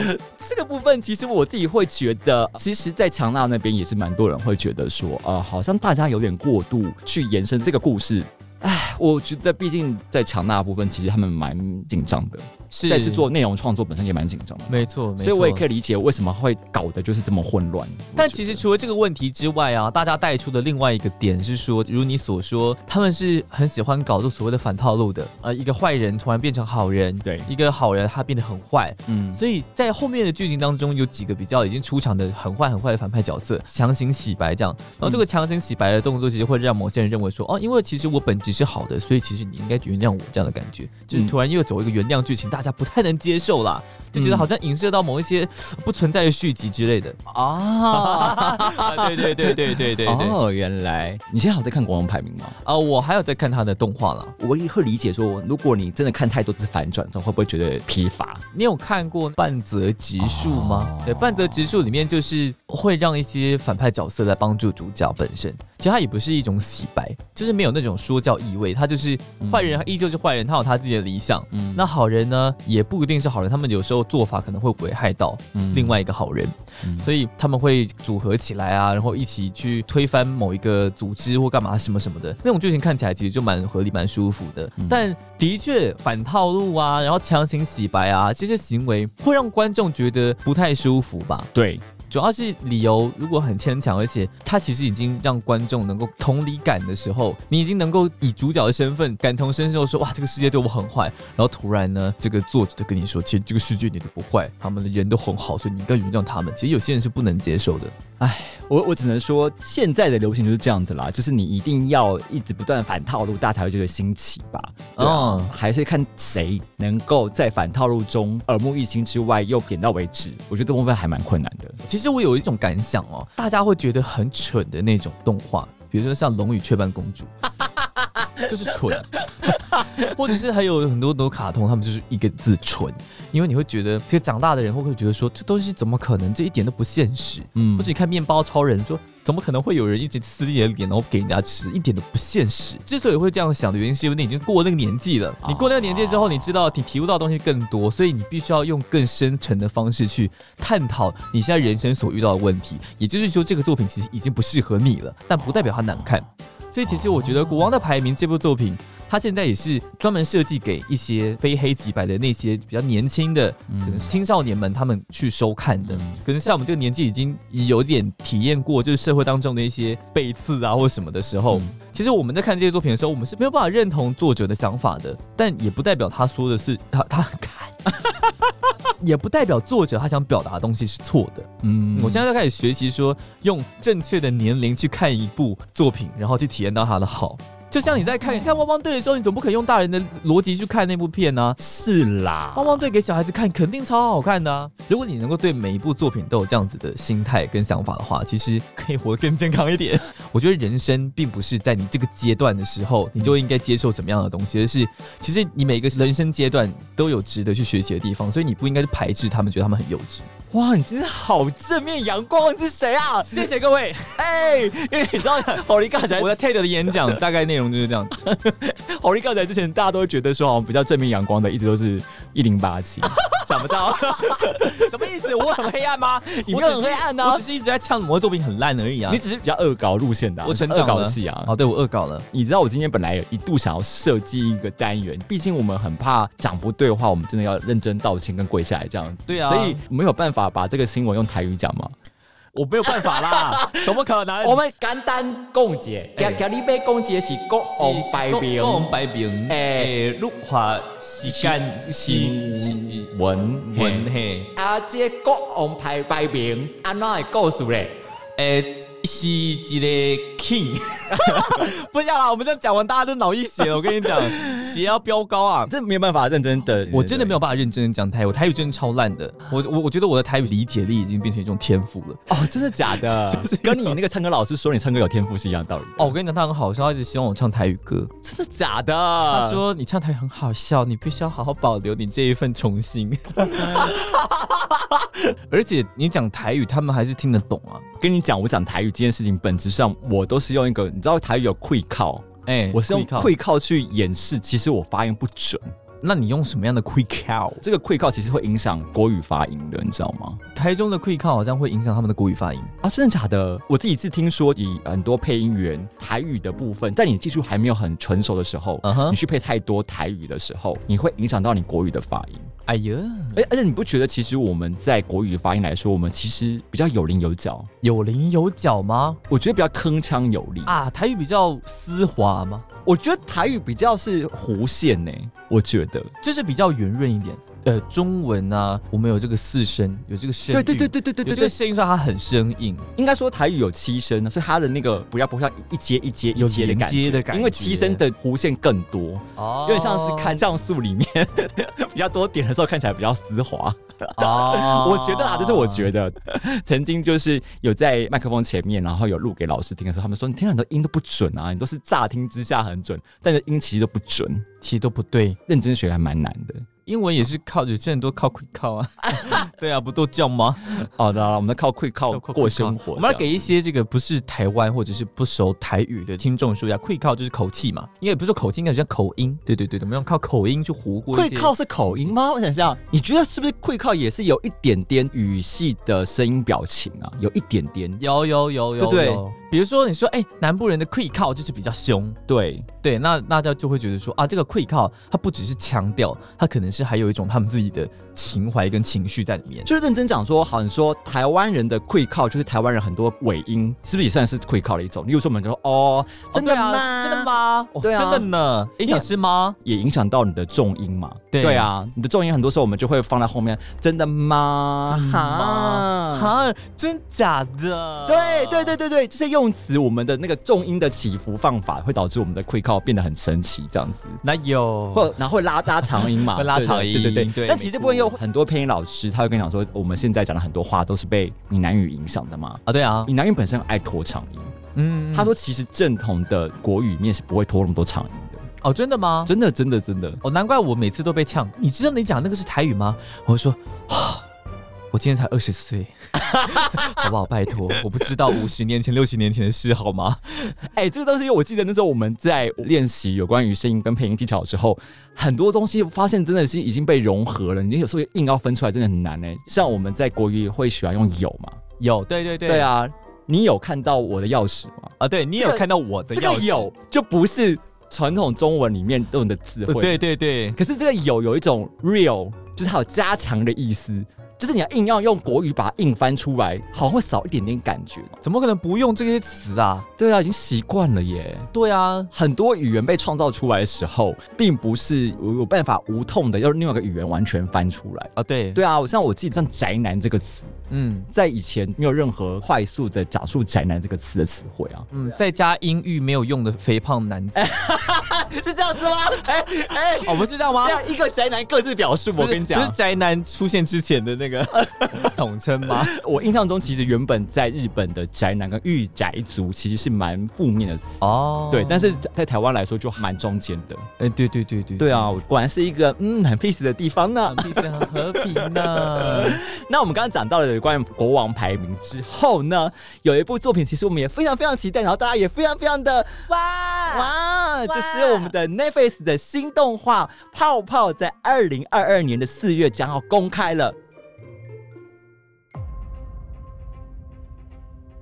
[SPEAKER 1] 这个部分其实我自己会觉得，其实，在强纳那边也是蛮多人会觉得说，呃，好像大家有点过度去延伸这个故事。唉，我觉得毕竟在强纳部分，其实他们蛮紧张的，
[SPEAKER 2] 是
[SPEAKER 1] 在制作，内容创作本身也蛮紧张的，
[SPEAKER 2] 没错，没错。
[SPEAKER 1] 所以我也可以
[SPEAKER 2] 以。
[SPEAKER 1] 理解为什么会搞得就是这么混乱。
[SPEAKER 2] 但
[SPEAKER 1] 我觉
[SPEAKER 2] 其
[SPEAKER 1] 得
[SPEAKER 2] 实除了这个问题之外啊，大家带出的另外一个点是说，如你所说，他们是很喜欢搞这所谓的反套路的。呃，一个坏人突然变成好人，
[SPEAKER 1] 对
[SPEAKER 2] 一个好人他变得很坏。
[SPEAKER 1] 嗯
[SPEAKER 2] 所以在后面的剧情当中，有几个比较已经出场的很坏很坏的反派角色，强行洗白这样。然后这个强行洗白的动作，其实会让某些人认为说，哦，因为其实我本质是好的，所以其实你应该原谅我这样的感觉。就是突然又走一个原谅剧情，大家不太能接受啦，就觉得好像影射到某一些不存在的续集之类的。
[SPEAKER 1] 啊，
[SPEAKER 2] 啊，对对对对 对对对。
[SPEAKER 1] 哦，原来你现在还有在看国王排名吗？
[SPEAKER 2] 啊，我还有在看他的动画啦。
[SPEAKER 1] 我也会理解说，如果你真的看太多次反转，之后会不会觉得疲乏？
[SPEAKER 2] 你有看过《半泽直树》吗
[SPEAKER 1] 哦？
[SPEAKER 2] 对，《半泽直树》里面就是会让一些反派角色来帮助主角本身。其实它也不是一种洗白，就是没有那种说教意味。他就是坏人，他依旧是坏人，他有他自己的理想。
[SPEAKER 1] 嗯
[SPEAKER 2] 那好人呢，也不一定是好人，他们有时候做法可能会危害到
[SPEAKER 1] 嗯
[SPEAKER 2] 另外一个好人，
[SPEAKER 1] 嗯
[SPEAKER 2] 所以他们会组合起来啊，然后一起去推翻某一个组织或干嘛什么什么的。那种剧情看起来其实就蛮合理、蛮舒服的。但的确反套路啊，然后强行洗白啊，这些行为会让观众觉得不太舒服吧。
[SPEAKER 1] 对，
[SPEAKER 2] 主要是理由如果很牵强，而且他其实已经让观众能够同理感的时候，你已经能够以主角的身份感同身受说，哇这个世界对我很坏，然后突然呢这个作者就跟你说，其实这个世界一点都不坏，他们的人都很好，所以你应该原谅他们。其实有些人是不能接受的，
[SPEAKER 1] 我我只能说，现在的流行就是这样子啦，就是你一定要一直不断反套路，大家才会觉得新奇吧。对啊
[SPEAKER 2] 嗯
[SPEAKER 1] 还是看谁能够在反套路中耳目一新之外，又点到为止。我觉得这部分还蛮困难的。
[SPEAKER 2] 其实我有一种感想哦，大家会觉得很蠢的那种动画，比如说像《龙与雀斑公主》，就是蠢。 或者是还有很多很多卡通，他们就是一个字蠢，因为你会觉得，其实长大的人会会觉得说，这东西怎么可能？这一点都不现实。
[SPEAKER 1] 嗯
[SPEAKER 2] 或者你看面包超人说。怎么可能会有人一直撕你的脸，然后给人家吃？一点都不现实。之所以会这样想的原因，是因为你已经过那个年纪了。你过那个年纪之后，你知道你体悟到的东西更多，所以你必须要用更深沉的方式去探讨你现在人生所遇到的问题。也就是说，这个作品其实已经不适合你了，但不代表它难看。所以其实我觉得《国王的排名》这部作品，它现在也是专门设计给一些非黑即白的那些比较年轻的，可能青少年们他们去收看的。可能像我们这个年纪已经有点体验过，就是社会当中的一些背刺啊或什么的时候。其实我们在看这些作品的时候，我们是没有办法认同作者的想法的，但也不代表他说的是他他看， 也不代表作者他想表达的东西是错的。
[SPEAKER 1] 嗯
[SPEAKER 2] 我现在就开始学习说，用正确的年龄去看一部作品，然后去体验到它的好。就像你在看看汪汪队的时候，你总不可能用大人的逻辑去看那部片啊。
[SPEAKER 1] 是啦，
[SPEAKER 2] 汪汪队给小孩子看，肯定超好看的啊！如果你能够对每一部作品都有这样子的心态跟想法的话，其实可以活得更健康一点。 我觉得人生并不是在你这个阶段的时候，你就应该接受怎么样的东西，而是其实你每个人生阶段都有值得去学习的地方，所以你不应该去排斥他们，觉得他们很幼 稚。
[SPEAKER 1] 哇，你真的好正面阳光，你是谁啊？
[SPEAKER 2] 谢谢各位。
[SPEAKER 1] 哎、因为你知道，侯力刚才
[SPEAKER 2] 我的 TED 的演讲 大概内容就是这样子，
[SPEAKER 1] 侯力刚才之前，大家都觉得说好像比较正面阳光的，一直都是一零八 七，想不到
[SPEAKER 2] 什么意思？我很黑暗吗？
[SPEAKER 1] 你
[SPEAKER 2] 我
[SPEAKER 1] 没
[SPEAKER 2] 只
[SPEAKER 1] 有
[SPEAKER 2] 是
[SPEAKER 1] 很黑暗啊
[SPEAKER 2] 我只是一直在呛我的作品很烂而已啊
[SPEAKER 1] 你。只是比较恶搞路线的、啊，
[SPEAKER 2] 我成长
[SPEAKER 1] 恶搞
[SPEAKER 2] 了
[SPEAKER 1] 系啊。
[SPEAKER 2] 哦，对我恶 搞了。
[SPEAKER 1] 你知道我今天本来有一度想要设计一个单元，毕竟我们很怕讲不对话，我们真的要认真道歉跟跪下来这样子。
[SPEAKER 2] 对啊
[SPEAKER 1] 所以没有办法把这个新闻用台语讲嘛。
[SPEAKER 2] 我没有办法 啦，怎么可能？
[SPEAKER 1] 我们简单共解，今
[SPEAKER 2] 哎
[SPEAKER 1] 今你被共解是国王排名，
[SPEAKER 2] 红白饼，
[SPEAKER 1] 哎
[SPEAKER 2] 哎，入华时间
[SPEAKER 1] 新
[SPEAKER 2] 是是
[SPEAKER 1] 闻
[SPEAKER 2] 文嘿，
[SPEAKER 1] 啊，这个国王排排名，安怎会故事嘞？
[SPEAKER 2] 哎，是一个 king。不要啦，我们这样讲完，大家都脑溢血了。我跟你 讲，血要飙高啊！
[SPEAKER 1] 这没有办法认真的，
[SPEAKER 2] 我真的没
[SPEAKER 1] 有。
[SPEAKER 2] 有办法认真的讲台语，我台语真的超烂的。我我我觉得我的台语理解力已经变成一种天赋了。
[SPEAKER 1] 哦，真的假 的？跟你那个唱歌老师说你唱歌有天赋是一样的道理。
[SPEAKER 2] 哦，我，跟你讲，他很好笑，他一直希望我唱台语歌。
[SPEAKER 1] 真的假的？
[SPEAKER 2] 他
[SPEAKER 1] 他
[SPEAKER 2] 说你唱台语很好笑，你必须要好好保留你这一份童心。 而且你讲台语，他们还是听得懂啊。
[SPEAKER 1] 跟你讲，我讲台语这件事情，本质上我都是用一个，你知道台语有溃靠，
[SPEAKER 2] 哎、
[SPEAKER 1] 我是用
[SPEAKER 2] quick out
[SPEAKER 1] 溃靠去掩饰，其实我发音不准。
[SPEAKER 2] 那你用什么样的 quick cow？
[SPEAKER 1] 这个溃靠其实会影响国语发音的，你知道吗？
[SPEAKER 2] 台中的 quick cow 好像会影响他们的国语发音。
[SPEAKER 1] 啊，真的假的？我自己是听说，以很多配音员台语的部分，在你技术还没有很成熟的时候
[SPEAKER 2] 嗯哼
[SPEAKER 1] 你去配太多台语的时候，你会影响到你国语的发音。
[SPEAKER 2] 哎呀，
[SPEAKER 1] 而而且你不觉得，其实我们在国语的发音来说，我们其实比较有棱有角，
[SPEAKER 2] 有棱有角吗？
[SPEAKER 1] 我觉得比较铿锵有力。
[SPEAKER 2] 啊，台语比较丝滑吗？
[SPEAKER 1] 我觉得台语比较是弧线呢、我觉得。
[SPEAKER 2] 就是比较圆润一点。呃，中文啊，我们有这个四声，有这个声韵，
[SPEAKER 1] 对对对对对对
[SPEAKER 2] 有
[SPEAKER 1] 对
[SPEAKER 2] 这
[SPEAKER 1] 对，
[SPEAKER 2] 个声音，说它很生硬。
[SPEAKER 1] 应该说台语有七声呢，所以它的那个不要不像一阶一阶一阶的感
[SPEAKER 2] 有连接
[SPEAKER 1] 觉，
[SPEAKER 2] 的感觉
[SPEAKER 1] 因为七声的弧线更多，
[SPEAKER 2] 哦
[SPEAKER 1] 有点像是看像素里面 比较多点的时候看起来比较丝滑。
[SPEAKER 2] 哦
[SPEAKER 1] 我觉得啊，这是我觉得，曾经就是有在麦克风前面，然后有录给老师听的时候，他们说你听到你的音都不准啊，你都是乍听之下很准，但是音其实都不准，
[SPEAKER 2] 其实都不对，
[SPEAKER 1] 认真学还蛮难的。
[SPEAKER 2] 英文也是靠，有些人都靠 quick call 啊，对啊，不都叫吗？
[SPEAKER 1] 好的，我们靠会靠
[SPEAKER 2] 要靠 quick
[SPEAKER 1] 过
[SPEAKER 2] call
[SPEAKER 1] 生活，
[SPEAKER 2] 我们来给一些这个不是台湾或者是不熟台语的听众说一下，quick call 就是口气嘛，因为不是说口气，应该叫口音。对对对，我们用靠口音去糊过
[SPEAKER 1] 会
[SPEAKER 2] 一些。
[SPEAKER 1] 靠是口音吗？我想想，你觉得是不是会靠也是有一点点语系的声音表情啊？有一点点，
[SPEAKER 2] 有有有
[SPEAKER 1] 对
[SPEAKER 2] 有
[SPEAKER 1] 不对
[SPEAKER 2] 有比如说你说，哎、南部人的 quick call 就是比较凶，
[SPEAKER 1] 对，
[SPEAKER 2] 对，那大家就会觉得说啊，这个 quick call 它不只是腔调，它可能是还有一种他们自己的情怀跟情绪在里面。
[SPEAKER 1] 就是认真讲说，好，你说台湾人的会靠就是台湾人很多尾音，是不是也算是会靠的一种？例如说我们就说哦，真的
[SPEAKER 2] 哦对
[SPEAKER 1] 吗？
[SPEAKER 2] 啊真的？吗？哦
[SPEAKER 1] 对啊
[SPEAKER 2] 真的呢？你想吃吗？
[SPEAKER 1] 也影响到你的重音嘛？
[SPEAKER 2] 对
[SPEAKER 1] 啊，你的重音很多时候我们就会放在后面，真的吗？
[SPEAKER 2] 吗
[SPEAKER 1] 啊哈。
[SPEAKER 2] 哈，真假的？
[SPEAKER 1] 对对对对对，就是用词，我们的那个重音的起伏放法，会导致我们的会靠变得很神奇，这样子。
[SPEAKER 2] 哪有？
[SPEAKER 1] 或然后会拉拉长音嘛，
[SPEAKER 2] 哦会拉长音
[SPEAKER 1] 对对对对
[SPEAKER 2] 对
[SPEAKER 1] 但其实这部分
[SPEAKER 2] 没错
[SPEAKER 1] 有很多配音老师，他会跟你讲说，我们现在讲的很多话都是被闽南语影响的嘛。
[SPEAKER 2] 啊，对啊，
[SPEAKER 1] 闽南语本身很爱拖长音，
[SPEAKER 2] 嗯
[SPEAKER 1] 他说其实正统的国语里面是不会拖那么多长音的。
[SPEAKER 2] 哦，真的吗？
[SPEAKER 1] 真的真的真的，
[SPEAKER 2] 哦，难怪我每次都被呛。你知道你讲那个是台语吗？我会说，啊我今年才二十岁， 好不好？拜托，我不知道五十年前、六十年前的事，好吗？
[SPEAKER 1] 哎、这个东西我记得那时候我们在练习有关于声音跟配音技巧的时候，很多东西发现真的是已经被融合了。你有时候硬要分出来，真的很难呢、欸像我们在国语会喜欢用有嘛？
[SPEAKER 2] 有，对对对，
[SPEAKER 1] 对，啊，你有看到我的钥匙吗？
[SPEAKER 2] 啊，对你有
[SPEAKER 1] 这个
[SPEAKER 2] 看到我的
[SPEAKER 1] 这个
[SPEAKER 2] 钥匙？
[SPEAKER 1] 有就不是传统中文里面用的词
[SPEAKER 2] 呃
[SPEAKER 1] 汇。
[SPEAKER 2] 对对对，
[SPEAKER 1] 可是这个有有一种 real，就是它有加强的意思，就是你要硬要用国语把它硬翻出来，好像会少一点点感觉。
[SPEAKER 2] 怎么可能不用这些词啊？
[SPEAKER 1] 对啊，已经习惯了耶。
[SPEAKER 2] 对啊，
[SPEAKER 1] 很多语言被创造出来的时候，并不是有有办法无痛的用另外一个语言完全翻出来。
[SPEAKER 2] 啊对，
[SPEAKER 1] 对啊，像我记得像“宅男”这个词，
[SPEAKER 2] 嗯
[SPEAKER 1] 在以前没有任何快速的讲述“宅男”这个词的词汇啊，哎
[SPEAKER 2] 嗯，再加音域没有用的肥胖男子，
[SPEAKER 1] 是这样子吗？哎、哎、
[SPEAKER 2] 哦，不是这样吗
[SPEAKER 1] 这？样一个宅男各自表述，我
[SPEAKER 2] 不是
[SPEAKER 1] 跟你讲
[SPEAKER 2] 不是，宅男出现之前的 那个统称吗？
[SPEAKER 1] 我印象中其实原本在日本的宅男跟御宅族其实是蛮负面的词。
[SPEAKER 2] 哦，
[SPEAKER 1] 对，但是在台湾来说就蛮中间的。
[SPEAKER 2] 哎，对对对对，
[SPEAKER 1] 对啊，我果然是一个嗯很 peace 的地方呢。
[SPEAKER 2] 地震很和平呢。
[SPEAKER 1] 那我们刚刚讲到了有关于国王排名之后呢，有一部作品其实我们也非常非常期待，然后大家也非常非常的
[SPEAKER 3] 哇
[SPEAKER 1] 哇，就是我们的 Netflix 的新动画《泡泡》在二零二二年的四月将要公开了。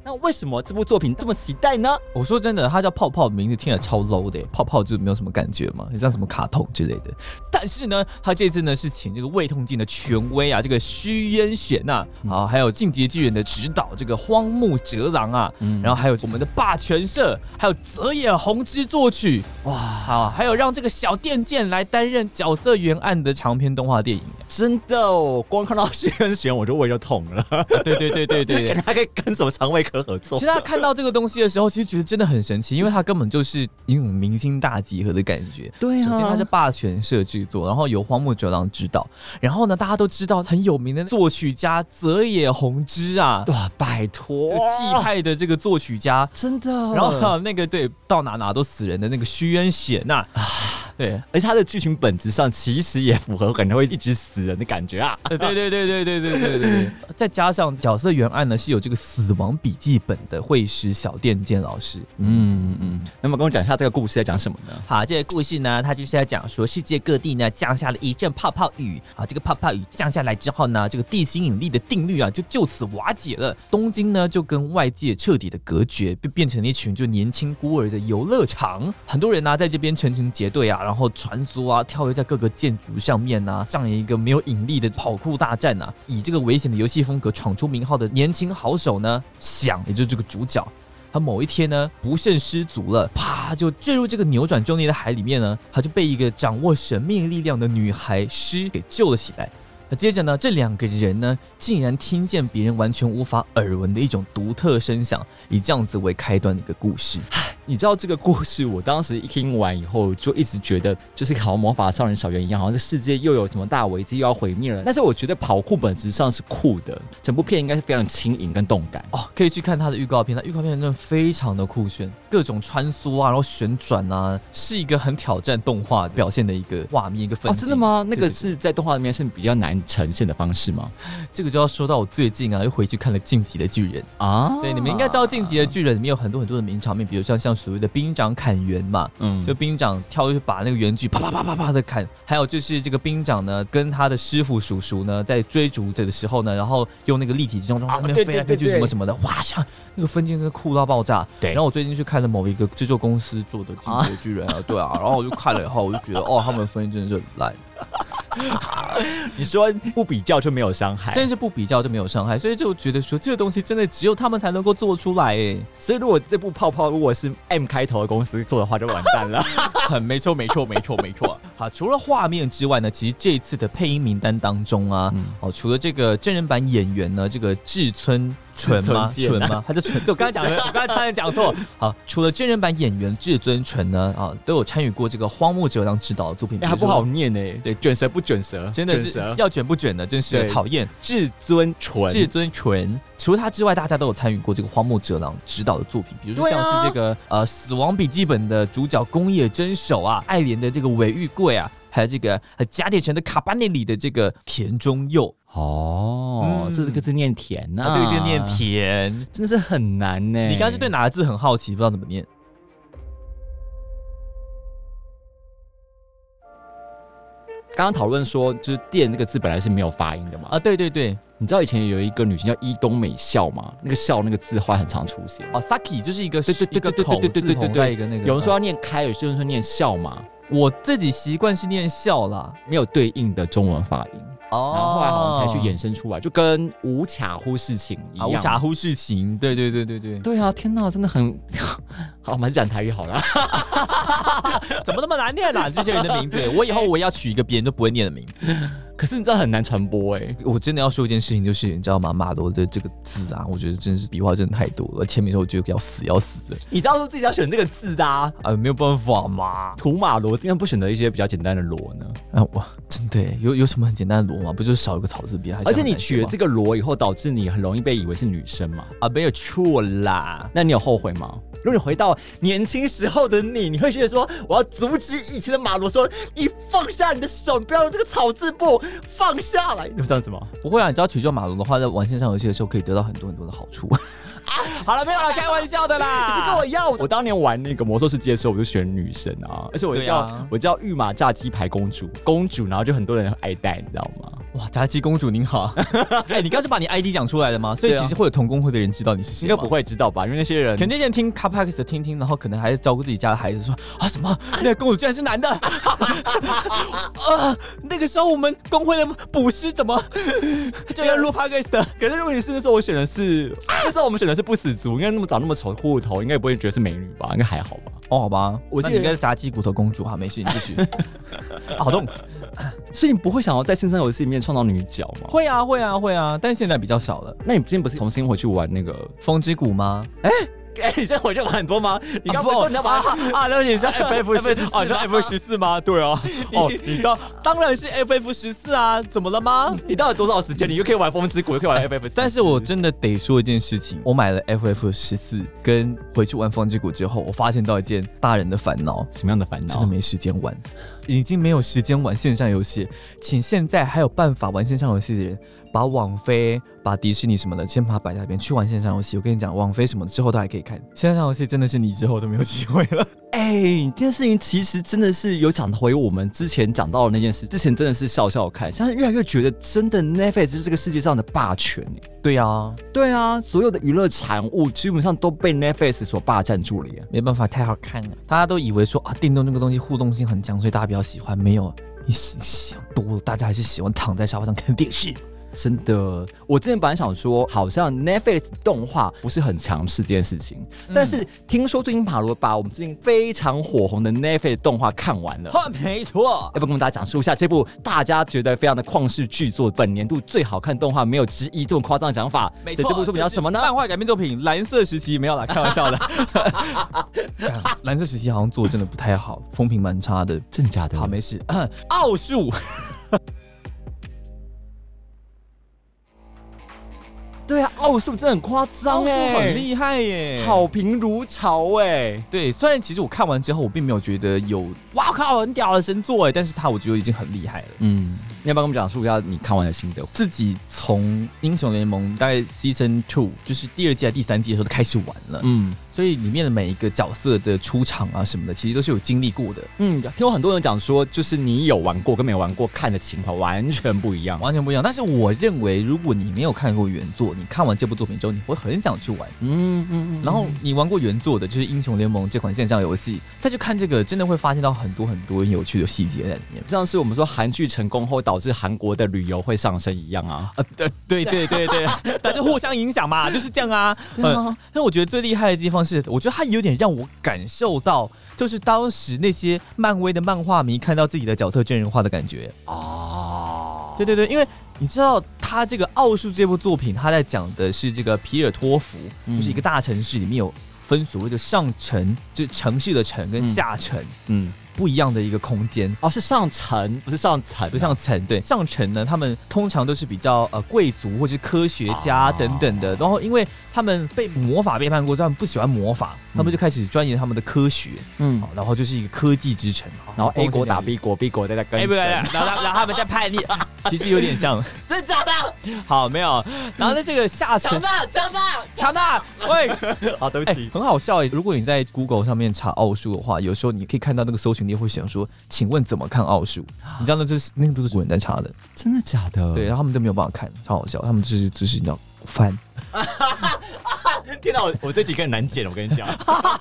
[SPEAKER 1] 那为什么这部作品这么期待呢？
[SPEAKER 2] 我说真的，它叫泡泡，名字听起来超 low 的耶，泡泡就没有什么感觉嘛，很像什么卡通之类的。但是呢，它这次呢是请这个胃痛镜的权威啊，这个虚渊玄呐、啊，还有进阶巨人的指导，这个荒木哲郎啊，然后还有我们的霸权社，还有泽野弘之作曲，哇，好，还有让这个小电剑来担任角色原案的长篇动画电影。
[SPEAKER 1] 真的哦，光看到薛跟玄我就胃就痛 了，
[SPEAKER 2] 啊对对对对对对
[SPEAKER 1] 感觉还可以跟什么肠胃科合作
[SPEAKER 2] 其实？他看到这个东西的时候，其实觉得真的很神奇，因为他根本就是一种明星大集合的感觉。
[SPEAKER 1] 对
[SPEAKER 2] 首先它
[SPEAKER 1] 啊
[SPEAKER 2] 是，霸权社制作，然后由荒木哲郎指导，然后呢，大家都知道很有名的作曲家泽野弘之啊，
[SPEAKER 1] 哇，拜
[SPEAKER 2] 这
[SPEAKER 1] 托
[SPEAKER 2] 个，气派的这个作曲家，
[SPEAKER 1] 真的。
[SPEAKER 2] 然后还有那个对到哪哪都死人的那个虚渊显呐，
[SPEAKER 1] 啊
[SPEAKER 2] 对。
[SPEAKER 1] 而且它的剧情本质上其实也符合，感觉会一直死人的感觉啊。
[SPEAKER 2] 对对对对对对对对对对，再加上角色原案呢是有这个《死亡笔记本》的绘师小电剑老师，
[SPEAKER 1] 嗯嗯，那么跟我讲一下这个故事在讲什么呢？
[SPEAKER 2] 好，这个故事呢，它就是在讲说，世界各地呢降下了一阵泡泡雨啊，这个泡泡雨降下来之后呢，这个地心引力的定律啊就就此瓦解了，东京呢就跟外界彻底的隔绝，就变成了一群就年轻孤儿的游乐场，很多人呢、在这边成群结队啊，然后穿梭啊，跳跃在各个建筑上面呐、啊，这样一个没有引力的跑酷大战啊，以这个危险的游戏风格闯出名号的年轻好手呢，想也就是这个主角。他某一天呢不慎失足了，啪就坠入这个扭转中立的海里面呢，他就被一个掌握神秘力量的女孩尸给救了起来。那接着呢，这两个人呢竟然听见别人完全无法耳闻的一种独特声响，以这样子为开端的一个故事。
[SPEAKER 1] 你知道这个故事，我当时一听完以后，就一直觉得就是好像魔法少年小圆一样，好像这世界又有什么大危机又要毁灭了。但是我觉得跑酷本质上是酷的，整部片应该是非常轻盈跟动感。
[SPEAKER 2] 哦，可以去看他的预告片，他预告片真的非常的酷炫，各种穿梭啊，然后旋转啊，是一个很挑战动画表现的一个画面一个风
[SPEAKER 1] 哦，
[SPEAKER 2] 景。
[SPEAKER 1] 真的？吗？那
[SPEAKER 2] 对
[SPEAKER 1] 个
[SPEAKER 2] 对对
[SPEAKER 1] 是在动画里面是比较难呈现的方式吗？
[SPEAKER 2] 这个就要说到我最近啊，又回去看了《晋级的巨人》。
[SPEAKER 1] 啊，
[SPEAKER 2] 对，你们应该知道《晋级的巨人》里面有很多很多的名场面，比如像像所谓的兵长砍圆嘛，
[SPEAKER 1] 嗯
[SPEAKER 2] 就兵长跳去把那个圆锯啪啪啪啪啪的砍，还有就是这个兵长呢跟他的师傅叔叔呢在追逐者的时候呢，然后用那个立体机动装
[SPEAKER 1] 啊
[SPEAKER 2] 上面
[SPEAKER 1] 对
[SPEAKER 2] 飞来
[SPEAKER 1] 对
[SPEAKER 2] 飞
[SPEAKER 1] 对
[SPEAKER 2] 去什么
[SPEAKER 1] 对
[SPEAKER 2] 什么的，哇，像那个分镜真的酷到爆炸。
[SPEAKER 1] 对
[SPEAKER 2] 然后我最近去看了某一个制作公司做的《晋级的巨人》啊，对啊，然后我就看了以后，我就觉得哦，他们的分镜真的是很烂。
[SPEAKER 1] 你说不比较就没有伤害，
[SPEAKER 2] 真是不比较就没有伤害，所以就觉得说这个东西真的只有他们才能够做出来，哎，
[SPEAKER 1] 所以如果这部泡泡如果是 M 开头的公司做的话，就完蛋了。
[SPEAKER 2] 很没错，没错，没错，没错。好，除了画面之外呢，其实这一次的配音名单当中啊，
[SPEAKER 1] 嗯
[SPEAKER 2] 哦，除了这个真人版演员呢，这个志村纯吗？
[SPEAKER 1] 志村
[SPEAKER 2] 纯
[SPEAKER 1] 健啊
[SPEAKER 2] 吗？他就纯，对我刚才讲的，我刚才差点讲错。好，除了真人版演员志尊纯呢，啊，都有参与过这个荒木哲郎指导的作品，
[SPEAKER 1] 哎，它
[SPEAKER 2] 比
[SPEAKER 1] 不
[SPEAKER 2] 如说
[SPEAKER 1] 好。念哎、对，卷舌不卷舌，
[SPEAKER 2] 真的
[SPEAKER 1] 卷
[SPEAKER 2] 是
[SPEAKER 1] 舌
[SPEAKER 2] 要卷不卷的，真是
[SPEAKER 1] 对
[SPEAKER 2] 讨厌。
[SPEAKER 1] 至尊纯，
[SPEAKER 2] 至尊纯除了他之外，大家都有参与过这个荒木哲郎执导的作品，比如说
[SPEAKER 1] 对
[SPEAKER 2] 像
[SPEAKER 1] 啊
[SPEAKER 2] 是这个、呃《死亡笔记本》的主角宫野真守啊，爱莲的这个尾玉贵啊，还有这个呃甲铁城的卡巴内里的这个田中佑，
[SPEAKER 1] 哦，
[SPEAKER 2] 嗯
[SPEAKER 1] 是这个字念田呐、
[SPEAKER 2] 啊，对，哎是念，田。
[SPEAKER 1] 真的是很难呢、
[SPEAKER 2] 你刚刚是对哪个字很好奇，不知道怎么念？
[SPEAKER 1] 刚刚讨论说，就是“电”这个字本来是没有发音的嘛。
[SPEAKER 2] 啊，对对对，
[SPEAKER 1] 呃你知道以前有一个女星叫伊东美孝吗？那个“孝”那个字后来很常出现。
[SPEAKER 2] 哦，Saki 就是一个
[SPEAKER 1] 对对对
[SPEAKER 2] 一个
[SPEAKER 1] 对对
[SPEAKER 2] 口
[SPEAKER 1] 对对
[SPEAKER 2] 字
[SPEAKER 1] 对对
[SPEAKER 2] 旁
[SPEAKER 1] 对
[SPEAKER 2] 在一个那个，
[SPEAKER 1] 有人说要念开尔，有人说念孝嘛，
[SPEAKER 2] 我自己习惯是念笑啦，
[SPEAKER 1] 没有对应的中文发音，
[SPEAKER 2] 哦
[SPEAKER 1] 然后后来好像才去衍生出来，就跟无卡忽视情一
[SPEAKER 2] 啊，
[SPEAKER 1] 样。
[SPEAKER 2] 无茶忽视情，对对对对对，
[SPEAKER 1] 对啊，天哪，真的很 好，我们还是讲台语好了。
[SPEAKER 2] 怎么那么难念啦、这些人的名 字，我以后我也要取一个别人都不会念的名字。
[SPEAKER 1] 可是你知道很难传播哎、
[SPEAKER 2] 我真的要说一件事情，就是你知道吗？马罗的这个字啊，我觉得真的是笔画真的太多了，签名的时候我觉得要死要死的
[SPEAKER 1] 你当初自己要选这个字的、啊，
[SPEAKER 2] 啊，没有办法嘛。
[SPEAKER 1] 土马罗，怎么不选择一些比较简单的罗呢？
[SPEAKER 2] 啊，哇，真的耶有有什么很简单的罗吗？不就是少一个草字边？还是
[SPEAKER 1] 而且
[SPEAKER 2] 很
[SPEAKER 1] 你
[SPEAKER 2] 难写
[SPEAKER 1] 取了
[SPEAKER 2] 吗
[SPEAKER 1] 这个罗以后，导致你很容易被以为是女生嘛。
[SPEAKER 2] 啊，没有错啦。
[SPEAKER 1] 那你有后悔吗？如果你回到年轻时候的你，你会觉得说，我要阻止以前的马罗说，你放下你的手，你不要用这个草字部，放下来，你会这样子吗？
[SPEAKER 2] 不会啊，你知道取叫马龙的话，在玩线上游戏的时候可以得到很多很多的好处。 好了，没有啦，开玩笑的
[SPEAKER 1] 你跟
[SPEAKER 2] 啦
[SPEAKER 1] 我。一样，我当年玩那个魔兽世界的时候，我就选女神啊，而且我
[SPEAKER 2] 对
[SPEAKER 1] 叫、
[SPEAKER 2] 啊
[SPEAKER 1] 我叫御马炸鸡排公主，公主，然后就很多人很爱戴，你知道吗？
[SPEAKER 2] 哇，炸鸡公主您 好，哎、你刚是把你 ID 讲出来了吗？所以
[SPEAKER 1] 对啊
[SPEAKER 2] 其实会有同工会的人知道你是谁
[SPEAKER 1] 应
[SPEAKER 2] 吗
[SPEAKER 1] 该不。会知道吧？因为那些人
[SPEAKER 2] 肯定先听 Capax 的听听，然后可能还是照顾自己家的孩子说啊什么那个公主居然是男的， 啊那个时候我们工会的捕师怎 么就要录 Podcast 的？
[SPEAKER 1] 可是如果你是那时候我选的是，啊那时候我们选的是不死族，应该那么长那么丑护头，应该也不会觉得是美女吧？应该还好吧？
[SPEAKER 2] 哦，好吧，
[SPEAKER 1] 我
[SPEAKER 2] 那
[SPEAKER 1] 记得
[SPEAKER 2] 你应该是炸鸡骨头公主哈，没事，你继续。啊 好动，
[SPEAKER 1] 所以你不会想要在线上游戏里面创造女角吗？
[SPEAKER 2] 会啊会啊会啊，但是现在比较少了。
[SPEAKER 1] 那你最近不是重新回去玩那个？
[SPEAKER 2] 风之谷吗？
[SPEAKER 1] 哎、你现在回去玩很 多吗？你刚不
[SPEAKER 2] 啊
[SPEAKER 1] 是说你要玩？
[SPEAKER 2] 啊啊？对不起， 你是 FF 十啊？你是 FF 十四吗？对啊。哦，你当当然是 FF 十四啊，怎么了吗？
[SPEAKER 1] 你到底多少时间？你又可以玩风之谷，又可以玩 FF，
[SPEAKER 2] 但是我真的得说一件事情，我买了 FF 十四，跟回去玩风之谷之后，我发现到一件大人的烦恼。
[SPEAKER 1] 什么样的烦
[SPEAKER 2] 真的
[SPEAKER 1] 恼？
[SPEAKER 2] 没时间玩，已经没有时间玩线上游戏，请现在还有办法玩线上游戏的人，把网飞、把迪士尼什么的先把它摆在一边，去玩线上游戏。我跟你讲，网飞什么之后都还可以看，线上游戏真的是你之后都没有机会了。
[SPEAKER 1] 哎、这件事情其实真的是有讲回我们之前讲到的那件事，之前真的是笑笑看，现在越来越觉得真的 Netflix 就是这个世界上的霸权、哎
[SPEAKER 2] 对啊，
[SPEAKER 1] 对啊，所有的娱乐产物基本上都被 Netflix 所霸占住了耶。
[SPEAKER 2] 没办法，太好看了。大家都以为说啊，电动这个东西互动性很强，所以大家比较喜欢。没有，你想想多了，大家还是喜欢躺在沙发上看电视。
[SPEAKER 1] 真的，我之前本来想说，好像 Netflix 动画不是很强势这件事情，但是听说最近马罗把我们最近非常火红的 Netflix 动画看完了。
[SPEAKER 2] 哈， 没错。
[SPEAKER 1] 要不要跟大家讲述一下这部大家觉得非常的旷世巨作，本年度最好看动画没有之一这么夸张的讲法？
[SPEAKER 2] 没
[SPEAKER 1] 所
[SPEAKER 2] 错，
[SPEAKER 1] 以这部作品叫什么呢
[SPEAKER 2] 就是？漫画改编作品《蓝色时期》没有啦，开玩笑的。 干蓝色时期好像做的真的不太好，风评蛮差的。
[SPEAKER 1] 真的假的？
[SPEAKER 2] 好，没事。 奥数，
[SPEAKER 1] 对啊，奥数真的很夸张哎，
[SPEAKER 2] 很厉害耶。
[SPEAKER 1] 好评如潮哎、
[SPEAKER 2] 对，虽然其实我看完之后，我并没有觉得有哇靠很屌的神作哎，但是他我觉得已经很厉害了。
[SPEAKER 1] 嗯，你要不要跟我们讲述一下你看完的心得？
[SPEAKER 2] 自己从英雄联盟大概 Season Two，就是第二季还是第三季的时候就开始玩了，
[SPEAKER 1] 嗯
[SPEAKER 2] 所以里面的每一个角色的出场啊什么的，其实都是有经历过的，
[SPEAKER 1] 嗯，听过很多人讲说，就是你有玩过跟没有玩过看的情况完全不一样。
[SPEAKER 2] 完全不一样。但是我认为，如果你没有看过原作，你看完这部作品之后，你会很想去玩。
[SPEAKER 1] 嗯嗯
[SPEAKER 2] 然后你玩过原作的，就是英雄联盟这款线上游戏，再去看这个，真的会发现到很多很多有趣的细节在里面。
[SPEAKER 1] 像是我们说韩剧成功后导致韩国的旅游会上升一样啊。
[SPEAKER 2] 啊，对对对对对， 大家互相影 响嘛，就是这样啊。
[SPEAKER 1] 对啊
[SPEAKER 2] 嗯，那我觉得最厉害的地方是，我觉得它有点让我感受到，就是当时那些漫威的漫画迷看到自己的角色真人化的感觉。
[SPEAKER 1] 哦，
[SPEAKER 2] 对对对，因为你知道他这个《奥数》这部作品，他在讲的是这个皮尔托夫，
[SPEAKER 1] 嗯
[SPEAKER 2] 就是一个大城市里面有分所谓的上城，就是城市的城
[SPEAKER 1] 嗯
[SPEAKER 2] 跟下城。
[SPEAKER 1] 嗯，
[SPEAKER 2] 不一样的一个空间。
[SPEAKER 1] 哦，是上层，不是上层，啊
[SPEAKER 2] 不上层，对上层呢，他们通常都是比较呃贵族或是科学家
[SPEAKER 1] 啊
[SPEAKER 2] 等等的。然后，因为他们被魔法背叛过之后，他们不喜欢魔法，他们就开始钻研他们的科学，
[SPEAKER 1] 嗯
[SPEAKER 2] 好，然后就是一个科技之城。
[SPEAKER 1] 然后 A 国打
[SPEAKER 2] 好
[SPEAKER 1] B 国，B 国在那跟
[SPEAKER 2] 哎，不对，
[SPEAKER 1] 神
[SPEAKER 2] 然后他然后他们在叛逆， 其实有点 像。
[SPEAKER 1] 真的假的？
[SPEAKER 2] 好，没有。然后呢，这个下层
[SPEAKER 1] 大强大！
[SPEAKER 2] 强大，喂，
[SPEAKER 1] 好，哦对不
[SPEAKER 2] 哎、
[SPEAKER 1] 起，
[SPEAKER 2] 很好笑哎、如果你在 Google 上面查奥数的话，有时候你可以看到那个搜寻列会想说，请问怎么看奥数？你知道那就是那个都是古人在查的，
[SPEAKER 1] 哎真的假的？
[SPEAKER 2] 对，然后他们都没有办法看，超好笑，他们就是就是你知道翻，
[SPEAKER 1] 天哪，我我这几个很难剪，我跟你讲。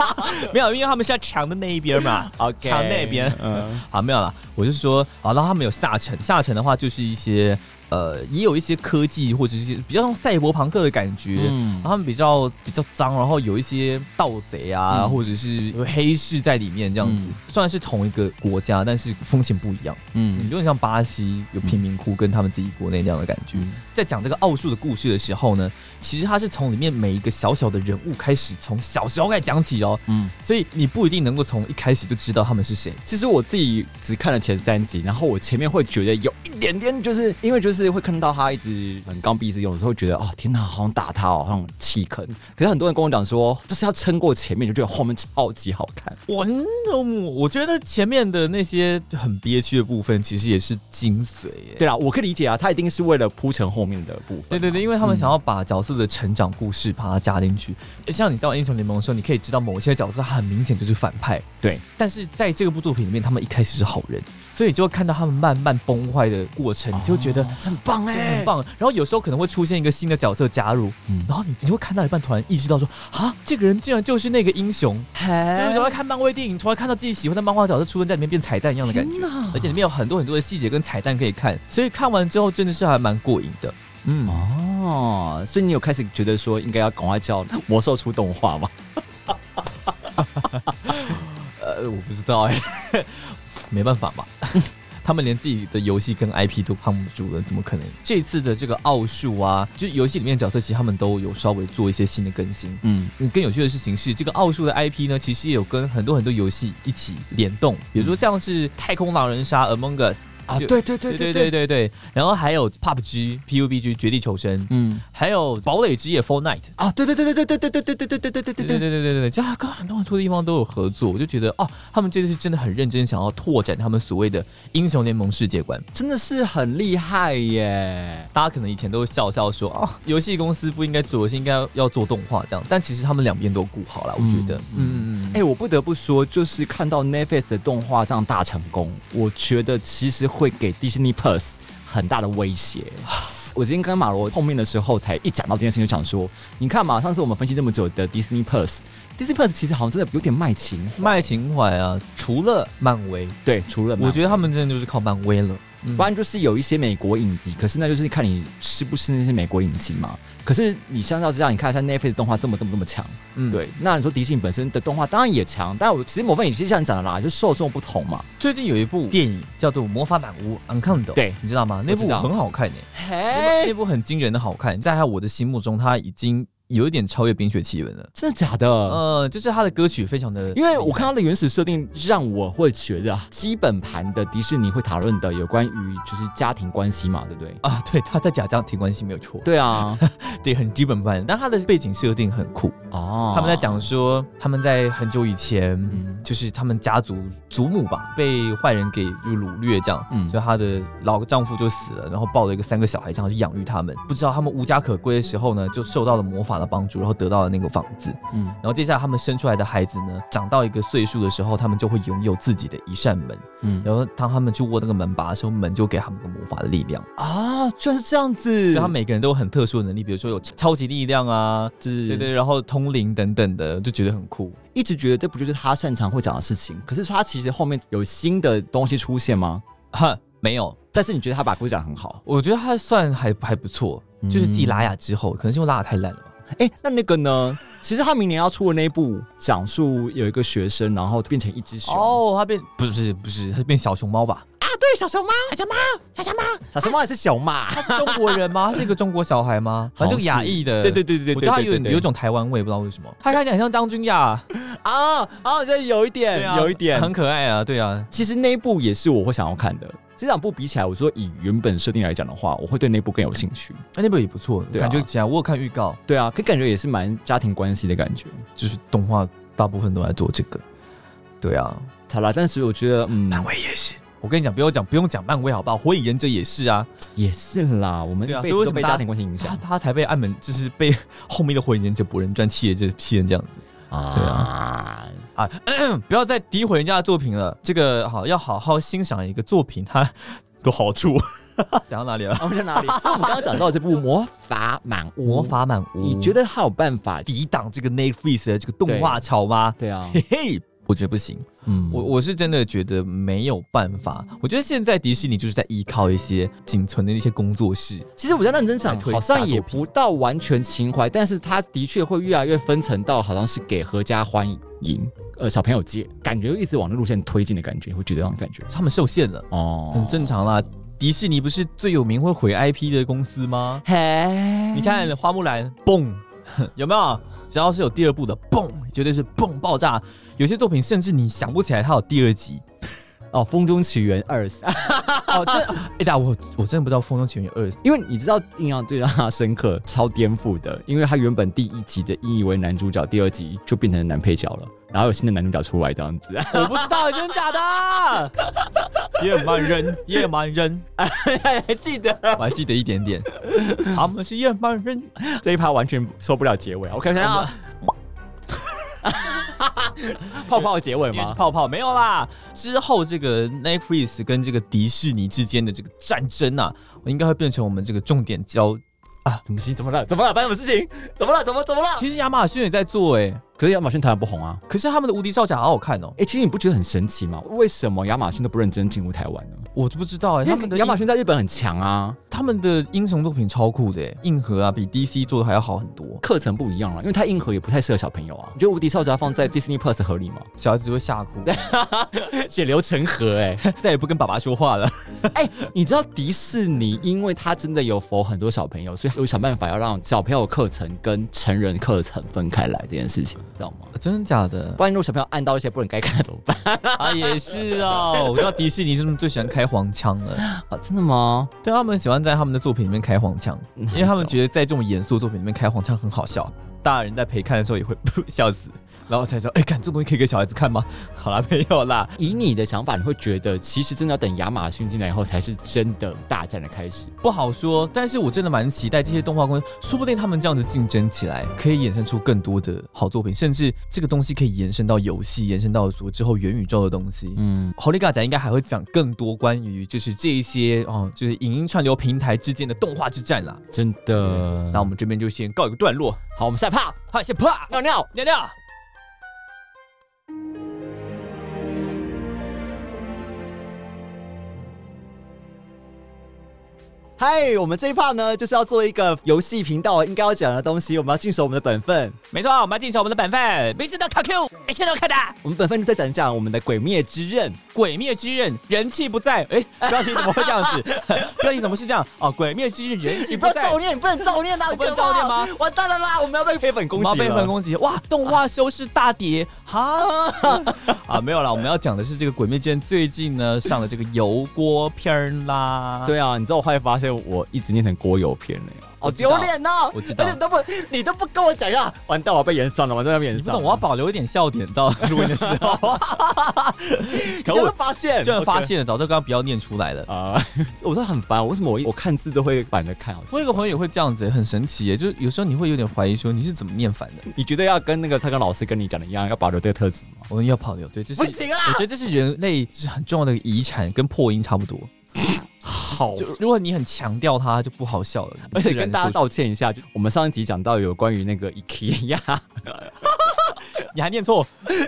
[SPEAKER 2] 没有，因为他们是在墙的那一边 嘛，
[SPEAKER 1] OK，
[SPEAKER 2] 墙那边，
[SPEAKER 1] 嗯
[SPEAKER 2] 好，没有啦，我是说，啊，然后他们有下沉，下沉的话就是一些呃，也有一些科技或者是一些比较像赛博朋克的感觉，
[SPEAKER 1] 嗯
[SPEAKER 2] 然后他们比较比较脏，然后有一些盗贼啊，
[SPEAKER 1] 嗯
[SPEAKER 2] 或者是有黑市在里面这样子。
[SPEAKER 1] 嗯
[SPEAKER 2] 虽然是同一个国家，但是风情不一样，
[SPEAKER 1] 嗯
[SPEAKER 2] 有点像巴西有贫民窟跟他们自己国内那样的感觉。
[SPEAKER 1] 嗯
[SPEAKER 2] 在讲这个奥数的故事的时候呢，其实它是从里面每一个小小的人物开始，从小时候开始讲起哦，
[SPEAKER 1] 嗯。
[SPEAKER 2] 所以你不一定能够从一开始就知道他们是谁。
[SPEAKER 1] 其实我自己只看了前三集，然后我前面会觉得有一点点，就是因为就是会看到他一直很刚愎自用，有时候会觉得哦天哪，好想打他哦，好想气坑。可是很多人跟我讲说，就是要撑过前面，就觉得后面超级好看。
[SPEAKER 2] 我嗯我我觉得前面的那些很憋屈的部分，其实也是精髓耶。
[SPEAKER 1] 对啦，我可以理解啊，他一定是为了铺成后面的部分。
[SPEAKER 2] 对对对，因为
[SPEAKER 1] 嗯
[SPEAKER 2] 他们想要把角色的成长故事把它加进去。像你到英雄联盟的时候，你可以知道某些角色很明显就是反派，
[SPEAKER 1] 对，
[SPEAKER 2] 但是在这个部作品里面，他们一开始是好人，所以你就会看到他们慢慢崩坏的过程，
[SPEAKER 1] 哦
[SPEAKER 2] 你就觉得。
[SPEAKER 1] 这很棒哎、
[SPEAKER 2] 很棒，然后有时候可能会出现一个新的角色加入，
[SPEAKER 1] 嗯
[SPEAKER 2] 然后你你会看到一半，突然意识到说啊，这个人竟然就是那个英雄，就是
[SPEAKER 1] 嘿
[SPEAKER 2] 突然看漫威电影，突然看到自己喜欢的漫画角色出现在里面变彩蛋一样的感觉
[SPEAKER 1] 天哪，
[SPEAKER 2] 而且里面有很多很多的细节跟彩蛋可以看，所以看完之后真的是还蛮过瘾的。嗯，
[SPEAKER 1] 哦，所以你有开始觉得说应该要赶快叫魔兽出动画吗？
[SPEAKER 2] 呃，我不知道哎、 没办法嘛， 他们连自己的游戏跟 IP 都扛不住了，怎么可能？这次的这个奥数啊，就游戏里面的角色，其实他们都有稍微做一些新的更新。
[SPEAKER 1] 嗯
[SPEAKER 2] 嗯，更有趣的事情是，这个奥数的 IP 呢，其实也有跟很多很多游戏一起联动，比如说像是《太空狼人杀》Among Us，
[SPEAKER 1] 嗯啊，
[SPEAKER 2] 就
[SPEAKER 1] 对对对对对
[SPEAKER 2] 对对对
[SPEAKER 1] 对，
[SPEAKER 2] 对对，然后还有 PUBG、PUBG 绝地求生，
[SPEAKER 1] 嗯
[SPEAKER 2] 还有堡垒之夜 Fortnite。
[SPEAKER 1] 啊，对对对对对对对对对对对对对对
[SPEAKER 2] 对对对对对对，就跟很多很多地方都有合作，我就觉得哦，他们这次真的很认真，想要拓展他们所谓的英雄联盟世界观。
[SPEAKER 1] 真的是很厉害耶！
[SPEAKER 2] 大家可能以前都笑笑说哦，游戏公司不应该做游戏，应该要做动画这样，但其实他们两边都顾好了，我觉得，嗯嗯
[SPEAKER 1] 哎、
[SPEAKER 2] 嗯，
[SPEAKER 1] 我不得不说，就是看到 Netflix 的动画这样大成功，我觉得其实会给 Disney Plus 很大的威胁。 我今天跟马罗碰面的时候，才一讲到这件事情，就想说，你看嘛，上次我们分析这么久的 Disney Plus，Disney Plus 其实好像真的有点卖情，
[SPEAKER 2] 卖情怀啊，除了漫威，
[SPEAKER 1] 对，除了
[SPEAKER 2] 我觉
[SPEAKER 1] 得，
[SPEAKER 2] 得他们真的就是靠漫威了。嗯
[SPEAKER 1] 不然就是有一些美国影集，可是那就是看你是不是那些美国影集嘛。可是你相较之下，你看像 Netflix 动画这么这么这么强，
[SPEAKER 2] 嗯
[SPEAKER 1] 对，那你说迪士尼本身的动画当然也强，但我其实某份也是像你讲的啦，就受众不同嘛。
[SPEAKER 2] 最近有一部电影叫做《魔法满屋》（Uncounted），
[SPEAKER 1] 对
[SPEAKER 2] 你知道吗？那
[SPEAKER 1] 我
[SPEAKER 2] 部
[SPEAKER 1] 知道
[SPEAKER 2] 很好看耶，那部那部很惊人的好看，在我的心目中，它已经有一点超越《冰雪奇缘》了。
[SPEAKER 1] 真的假的？
[SPEAKER 2] 呃，就是它的歌曲非常的，
[SPEAKER 1] 嗯因为我看它的原始设定，让我会觉得啊基本盘的迪士尼会讨论的有关于就是家庭关系嘛，对不对？
[SPEAKER 2] 啊，对，他在假家庭关系没有错，
[SPEAKER 1] 对 啊，
[SPEAKER 2] 对，很基本版，但他的背景设定很酷。
[SPEAKER 1] 哦，
[SPEAKER 2] 他们在讲说，他们在很久以前，
[SPEAKER 1] 嗯
[SPEAKER 2] 就是他们家族祖母吧，被坏人给就掳掠这样，
[SPEAKER 1] 嗯
[SPEAKER 2] 所以她的老丈夫就死了，然后抱了一个三个小孩这样去养育他们。不知道他们无家可归的时候呢，就受到了魔法的帮助，然后得到了那个房子。
[SPEAKER 1] 嗯
[SPEAKER 2] 然后接下来他们生出来的孩子呢，长到一个岁数的时候，他们就会拥有自己的一扇门。
[SPEAKER 1] 嗯
[SPEAKER 2] 然后当他们去握那个门把的时候，门就给他们个魔法的力量。
[SPEAKER 1] 啊，居然是这样子，
[SPEAKER 2] 所以他每个人都有很特殊的能力，比如说有超级力量啊，
[SPEAKER 1] 是
[SPEAKER 2] 对对，然后通灵等等的，就觉得很酷。
[SPEAKER 1] 一直觉得这不就是他擅长会讲的事情，可是他其实后面有新的东西出现吗？
[SPEAKER 2] 哈，没有，
[SPEAKER 1] 但是你觉得他把故事讲得很好，
[SPEAKER 2] 我觉得他算还还不错，就是继拉雅之后，可能是因为拉雅太烂了吧。
[SPEAKER 1] 哎、那那个呢？其实他明年要出的那一部，讲述有一个学生，然后变成一只熊。
[SPEAKER 2] 啊哦哦，他变不是不是，他变小熊猫吧？
[SPEAKER 1] 啊，对，
[SPEAKER 3] 对小熊猫，小熊猫，小熊猫，
[SPEAKER 1] 小熊猫也是熊嘛？
[SPEAKER 2] 他是中国人 吗？他是一个中国小孩吗？反正就亚裔的，
[SPEAKER 1] 对对对对对
[SPEAKER 2] 我觉得他
[SPEAKER 1] 对对
[SPEAKER 2] 有
[SPEAKER 1] 对对
[SPEAKER 2] 有一种台湾味，不知道为什么，他看起来很像张君 雅，
[SPEAKER 1] 啊啊，这有一
[SPEAKER 2] 对
[SPEAKER 1] 点，
[SPEAKER 2] 啊
[SPEAKER 1] 有一点
[SPEAKER 2] 很。可爱啊，对啊，
[SPEAKER 1] 其实那一部也是我会想要看的。这两部比起来，我说以原本设定来讲的话，我会对那部更有兴趣。
[SPEAKER 2] 哎那部也不错，
[SPEAKER 1] 对啊
[SPEAKER 2] 感觉起来我有看预告，
[SPEAKER 1] 对啊，可感觉也是蛮家庭关系的感觉。
[SPEAKER 2] 就是动画大部分都在做这个，对啊，
[SPEAKER 1] 好啦，但是我觉得，嗯，
[SPEAKER 2] 威也是。我跟你讲，不要讲，不用讲漫威好不好？火影忍者也是啊，
[SPEAKER 1] 也是啦，我们
[SPEAKER 2] 对啊
[SPEAKER 1] 一辈
[SPEAKER 2] 所以为
[SPEAKER 1] 子都
[SPEAKER 2] 什么
[SPEAKER 1] 被
[SPEAKER 2] 大家
[SPEAKER 1] 家庭关系影
[SPEAKER 2] 他
[SPEAKER 1] 响
[SPEAKER 2] 他才被暗门，就是被后面的火影忍者博人传气的这批人这样子
[SPEAKER 1] 啊。
[SPEAKER 2] 啊，不要再诋毁人家的作品了。这个好要好好欣赏一个作品它的好 处。讲到哪里了？
[SPEAKER 1] 哦我们在哪 里？所以我们刚刚讲到这部《魔法满屋》，
[SPEAKER 2] 魔，法满屋，
[SPEAKER 1] 你觉得他有办法？
[SPEAKER 2] 抵挡这个 Netflix 的这个动画潮吗？
[SPEAKER 1] 对 啊，
[SPEAKER 2] 嘿嘿，我觉得不行。
[SPEAKER 1] 嗯，
[SPEAKER 2] 我我是真的觉得没有办法。我觉得现在迪士尼就是在依靠一些仅存的那些工作室，
[SPEAKER 1] 其实我在认真想，
[SPEAKER 2] 来推
[SPEAKER 1] 好像也
[SPEAKER 2] 大作
[SPEAKER 1] 不到完全情怀，但是它的确会越来越分层到好像是给合家欢迎，呃，小朋友界，感觉一直往那路线推进的感觉，会觉得那种感觉
[SPEAKER 2] 他们受限了。
[SPEAKER 1] 哦，
[SPEAKER 2] 很正常啦。迪士尼不是最有名会毁 IP 的公司吗？
[SPEAKER 1] 嘿，
[SPEAKER 2] 你看花木兰，嘣， 有没有？只要是有第二部的，嘣，绝对是嘣爆炸。有些作品甚至你想不起来它有第二集。
[SPEAKER 1] 哦，《风中奇缘二》，
[SPEAKER 2] 哦，真的，哎、大我我真的不知道《风中情缘二》
[SPEAKER 1] 因为你知道印象最让他深刻、超颠覆的，因为他原本第一集的引以为男主角，第二集就变成男配角了，然后有新的男主角出来这样子，
[SPEAKER 2] 我不知道真的假的。 野蛮人，野蛮人，
[SPEAKER 1] 还记得
[SPEAKER 2] 我还记得一点点，他们是野蛮人。
[SPEAKER 1] 这一趴完全受不了结尾，OK，想想。啊 泡泡结尾
[SPEAKER 2] 因为是
[SPEAKER 1] 吗？
[SPEAKER 2] 泡泡没有啦。之后这个 Netflix 跟这个迪士尼之间的这个战争啊，应该会变成我们这个重点焦。
[SPEAKER 1] 怎么行？怎么了？怎么了？发生什么事情？怎么了？怎么怎么了？
[SPEAKER 2] 其实亚马逊也在做哎、
[SPEAKER 1] 可是亚马逊当然不红啊。
[SPEAKER 2] 可是他们的无敌少侠好好看哦、
[SPEAKER 1] 哎、其实你不觉得很神奇吗？为什么亚马逊都不认真进入台湾呢？
[SPEAKER 2] 我都不知道哎、他们
[SPEAKER 1] 因
[SPEAKER 2] 的
[SPEAKER 1] 为亚马
[SPEAKER 2] 英
[SPEAKER 1] 逊在日本很强啊，
[SPEAKER 2] 他们的英雄作品超酷的、欸，硬核啊，比 DC 做的还要好很多。
[SPEAKER 1] 课程不一样了，啊因为它硬核也不太适合小朋友啊。你觉得无敌少侠放 在 Disney Plus 合理吗？
[SPEAKER 2] 小孩子就会吓哭，
[SPEAKER 1] 血流成河哎、
[SPEAKER 2] 再也不跟爸爸说话了。
[SPEAKER 1] 你知道迪士尼，因为它真的有否很多小朋友，所以有想办法要让小朋友课程跟成人课程分开来这件事情，知道吗？
[SPEAKER 2] 真的假的
[SPEAKER 1] 不？然如果小朋友按到一些不能该看的怎么 办？
[SPEAKER 2] 啊，也是哦。我知道迪士尼是他们最喜欢开黄腔了。
[SPEAKER 1] 啊，真的吗？
[SPEAKER 2] 对他们喜欢在他们的作品里面开黄腔，
[SPEAKER 1] 嗯
[SPEAKER 2] 因为他们觉得在这种严肃的作品里面开黄腔很好笑，大人在陪看的时候也会笑死，然后才说，哎、看这东西可以给小孩子看吗？ 好啦，没有啦，
[SPEAKER 1] 以你的想法，你会觉得其实真的要等亚马逊进来以后，才是真的大战的开始。
[SPEAKER 2] 不好说。但是我真的蛮期待这些动画公司，说不定他们这样子竞争起来，可以衍生出更多的好作品，甚至这个东西可以延伸到游戏，延伸到所之后元宇宙的东西。
[SPEAKER 1] 嗯，
[SPEAKER 2] 侯利嘎仔应该还会讲更多关于就是这一些哦，就是影音串流平台之间的动画之战啦。
[SPEAKER 1] 真的。
[SPEAKER 2] 那我们这边就先告一个段落，
[SPEAKER 1] 好，我们下一趴
[SPEAKER 2] 好，先啪
[SPEAKER 1] 尿尿。
[SPEAKER 2] 尿尿。
[SPEAKER 1] 嗨，我们这一趴呢，就是要做一个游戏频道应该要讲的东西，我们要尽守我们的本分。
[SPEAKER 2] 没错，啊我们要进行我们的本分《
[SPEAKER 3] 每次都考 Q，每次都考打。
[SPEAKER 1] 我们本分就在讲一讲我们的《鬼灭之刃》。
[SPEAKER 2] 鬼灭之刃》，人气不在。哎，标题怎么会这样 子？标题怎么是这样？哦，《鬼灭之刃》人气
[SPEAKER 1] 你不要
[SPEAKER 2] 在
[SPEAKER 1] 造。念，你不能造念啊！
[SPEAKER 2] 我不能
[SPEAKER 1] 你干嘛
[SPEAKER 2] 造念？
[SPEAKER 1] 完蛋了啦！我们要被黑粉攻
[SPEAKER 2] 我们要
[SPEAKER 1] 击
[SPEAKER 2] 被粉
[SPEAKER 1] 了。
[SPEAKER 2] 攻击，哇！动画修饰大跌，哈 啊，没有啦，我们要讲的是这个《鬼灭之刃》最近呢上了这个油锅片儿啦。，
[SPEAKER 1] 对啊，你知道我后来发现我一直念成锅油片嘞，好
[SPEAKER 2] 我知道
[SPEAKER 1] 丢脸哦！
[SPEAKER 2] 我知道
[SPEAKER 1] 而且你都不，你都不跟我讲一下，完蛋，我要被延上了，完蛋，要被延
[SPEAKER 2] 你不
[SPEAKER 1] 上了。
[SPEAKER 2] 懂，我要保留一点笑点到录音的时 候。可
[SPEAKER 1] 真的
[SPEAKER 2] 我
[SPEAKER 1] 发现，
[SPEAKER 2] 居然发现了，早就刚刚不要念出来了。
[SPEAKER 1] 啊！ 我都很烦，为什么我一我看字都会反着看？好奇
[SPEAKER 2] 我有一个朋友也会这样子，很神奇耶，就是有时候你会有点怀疑说你是怎么念反的。
[SPEAKER 1] 你觉得要跟那个蔡康老师跟你讲的一样，要保留这个特质吗？
[SPEAKER 2] 我们要跑流，对，这是
[SPEAKER 1] 不行啊
[SPEAKER 2] 我觉得这是人类是很重要的遗产，跟破音差不多。
[SPEAKER 1] 好
[SPEAKER 2] 就如果你很强调它，就不好笑了。
[SPEAKER 1] 哦 而且 跟大家
[SPEAKER 2] 到
[SPEAKER 1] 道歉一下，就我们上一集讲到有关于那个 IKEA，
[SPEAKER 2] 你还念错，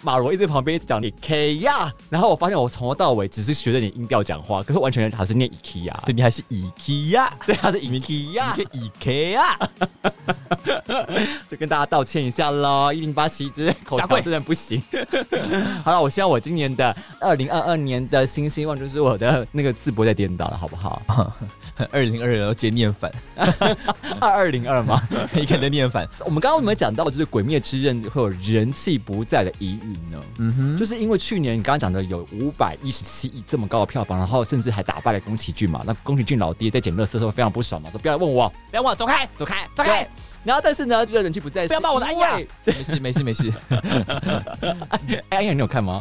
[SPEAKER 1] 马罗一直在旁边一直讲你 K 呀，然后我发现我从头到尾只是学着你音调讲话，可是完全好像念 IKEA，
[SPEAKER 2] 对你还是 IKEA，
[SPEAKER 1] 对，他是 IKEA，
[SPEAKER 2] 就 IKEA，
[SPEAKER 1] 就跟大家道歉一下喽，一零八七之口
[SPEAKER 2] 下跪
[SPEAKER 1] 条真的不行。 好了，我希望我今年的二零二二年的新希望就是我的那个字不会再颠倒了，好不 好？
[SPEAKER 2] 二零二二直接念反，
[SPEAKER 1] 二二零二嘛。
[SPEAKER 2] 你看在念反，
[SPEAKER 1] 我们刚刚有没有讲到，就是《鬼灭之刃》会有人气不在的疑云呢？
[SPEAKER 2] 嗯哼，
[SPEAKER 1] 就是因为去年你刚刚讲的有五百一十七亿这么高的票房，然后甚至还打败了宫崎骏嘛。那宫崎骏老爹在捡垃圾的时候非常不爽嘛，说不要来问我，
[SPEAKER 2] 不要忘了走开，
[SPEAKER 1] 走开，
[SPEAKER 2] 走开
[SPEAKER 1] 对。然后但是呢，热人气不在，
[SPEAKER 2] 不要骂我的哎
[SPEAKER 1] 是
[SPEAKER 2] 安
[SPEAKER 1] 因
[SPEAKER 2] 雅
[SPEAKER 1] 为。
[SPEAKER 2] 没事没事没事，
[SPEAKER 1] 哎安雅，你有看吗？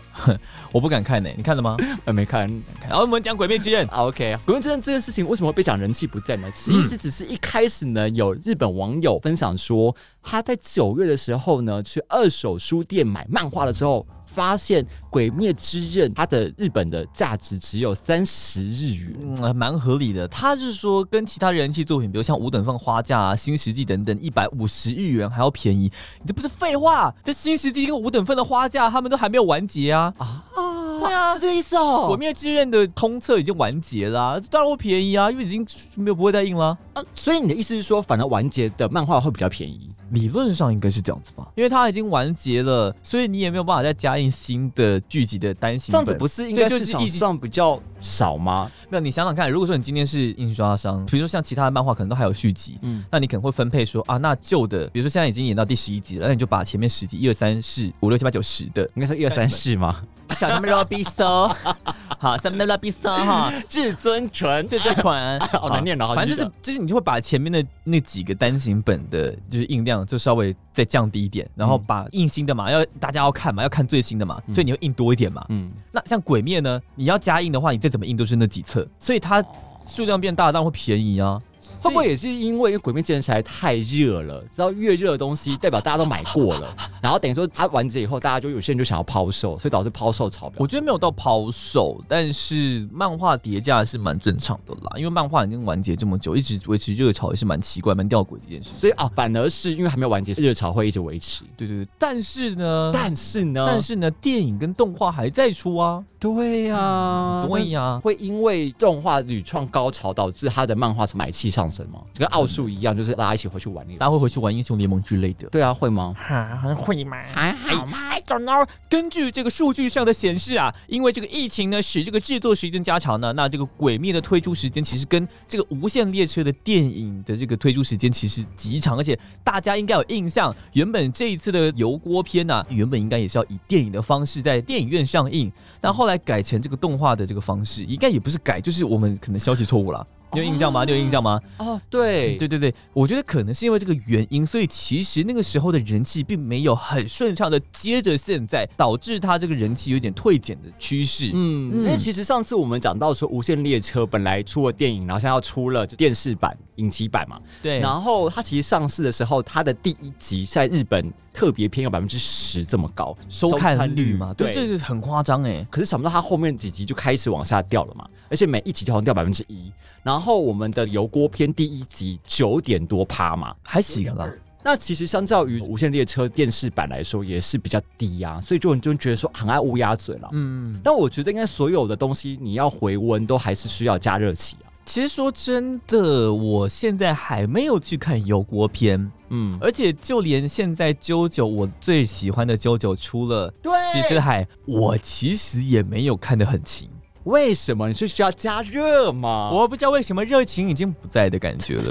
[SPEAKER 2] 我不敢看呢、你看 了吗？
[SPEAKER 1] 呃，没看。
[SPEAKER 2] 然后我们讲《鬼灭之刃》，
[SPEAKER 1] 啊 OK，鬼灭之刃这件事情为什么会被讲人气不在
[SPEAKER 2] 嗯
[SPEAKER 1] 呢？其实只是一开始呢，有日本网友分享说，他在九月的时候呢，去二手书店买漫画的时候。发现《鬼灭之刃》它的日本的价值只有三十日元，
[SPEAKER 2] 嗯，蛮合理的。他是说跟其他人气作品，比如像五等份花嫁啊、新石纪等等，一百五十日元还要便宜，你这不是废话？这新石纪跟五等份的花嫁，他们都还没有完结啊。
[SPEAKER 1] 啊
[SPEAKER 2] 对啊
[SPEAKER 1] 是这个意思哦。
[SPEAKER 2] 鬼灭之刃的通测已经完结啦、当然会便宜啊，因为已经没有不会再印啦。
[SPEAKER 1] 啊所以你的意思是说，反而完结的漫画会比较便宜？
[SPEAKER 2] 理论上应该是这样子吧，因为它已经完结了，所以你也没有办法再加印新的剧集的单行
[SPEAKER 1] 这样
[SPEAKER 2] 本。
[SPEAKER 1] 子不是应该
[SPEAKER 2] 所以就
[SPEAKER 1] 市
[SPEAKER 2] 是
[SPEAKER 1] 场
[SPEAKER 2] 一直
[SPEAKER 1] 上比较少吗？
[SPEAKER 2] 没有，你想想看，如果说你今天是印刷商，比如说像其他的漫画可能都还有续集，
[SPEAKER 1] 嗯，
[SPEAKER 2] 嗯，那你可能会分配说啊，那旧的，比如说现在已经演到第十一集了，那你就把前面十集一二三四五六七八九十的
[SPEAKER 1] 应该是一二三四吗？
[SPEAKER 2] 小他们 r o b i s o 好，三妹 r o b i s o 哈，
[SPEAKER 1] 至尊纯
[SPEAKER 2] 这这款
[SPEAKER 1] 好哦难念了好
[SPEAKER 2] 反正
[SPEAKER 1] 继续
[SPEAKER 2] 就是就是你就会把前面的那几个单行本的，就是印量就稍微再降低一点，然后
[SPEAKER 1] 嗯
[SPEAKER 2] 把印新的嘛，要大家要看嘛，要看最新的嘛，所以你会印多一点嘛。
[SPEAKER 1] 嗯，
[SPEAKER 2] 那像鬼灭呢，你要加印的话，你再怎么印都是那几册，所以
[SPEAKER 1] 哦
[SPEAKER 2] 它数量变大，当然会便宜啊。
[SPEAKER 1] 会不会也是因为《鬼灭之刃》实在太热了？知道越热的东西，代表大家都买过 了，然后等于说它完结以后，大家就有些人就想要抛售，所以导致抛售潮
[SPEAKER 2] 我
[SPEAKER 1] 表。
[SPEAKER 2] 觉得没有到抛售，但是漫画叠加是蛮正常的啦，因为漫画已经完结这么久，一直维持热潮也是蛮奇怪、蛮吊诡的一件事。
[SPEAKER 1] 所以啊，反而是因为还没有完结，热潮会一直维持。
[SPEAKER 2] 对对对，但是呢，
[SPEAKER 1] 但是呢，
[SPEAKER 2] 但是呢，电影跟动画还在出啊，
[SPEAKER 1] 对呀、啊
[SPEAKER 2] 对啊呀、
[SPEAKER 1] 会因为动画屡创高潮，导致他的漫画是买气上升吗？就跟奥数一样，就是大家一起回去玩那个。
[SPEAKER 2] 大家会回去玩英雄联盟之类的。
[SPEAKER 1] 对啊，会 吗？
[SPEAKER 3] 啊，会吗？
[SPEAKER 1] 还好吗？
[SPEAKER 3] I don't know。
[SPEAKER 2] 根据这个数据上的显示啊，因为这个疫情呢，使这个制作时间加长呢，那这个《鬼灭》的推出时间其实跟这个《无限列车》的电影的这个推出时间其实极长，而且大家应该有印象，原本这一次的油锅篇呢、原本应该也是要以电影的方式在电影院上映，那后来改成这个动画的这个方式，应该也不是改，就是我们可能消息错误了。你有印象吗？你有印象吗？
[SPEAKER 1] 哦，对
[SPEAKER 2] 对对对，我觉得可能是因为这个原因，所以其实那个时候的人气并没有很顺畅的接着现在，导致它这个人气有点退减的趋势。
[SPEAKER 1] 嗯，因为其实上次我们讲到说，《无限列车》本来出了电影，然后现在要出了就电视版、影集版嘛。
[SPEAKER 2] 对，
[SPEAKER 1] 然后它其实上市的时候，它的第一集在日本特别篇有百分之十这么高
[SPEAKER 2] 收看
[SPEAKER 1] 看
[SPEAKER 2] 率嘛，对，
[SPEAKER 1] 对。
[SPEAKER 2] 这是很夸张哎。
[SPEAKER 1] 可是想不到它后面几集就开始往下掉了嘛，而且每一集就好像掉百分之一。然后我们的油锅篇第一集九点多趴嘛，
[SPEAKER 2] 还行啦，
[SPEAKER 1] 那其实相较于《无限列车》电视版来说，也是比较低呀、所以就很就觉得说很爱乌鸦嘴了。
[SPEAKER 2] 嗯，
[SPEAKER 1] 但我觉得应该所有的东西你要回温，都还是需要加热器啊。
[SPEAKER 2] 其实说真的，我现在还没有去看油锅篇，
[SPEAKER 1] 嗯，
[SPEAKER 2] 而且就连现在啾啾，我最喜欢的啾啾出了
[SPEAKER 1] 对
[SPEAKER 2] 《石之海》，我其实也没有看得很勤，
[SPEAKER 1] 为什么你是需要加热吗？
[SPEAKER 2] 我不知道为什么热情已经不在的感觉了。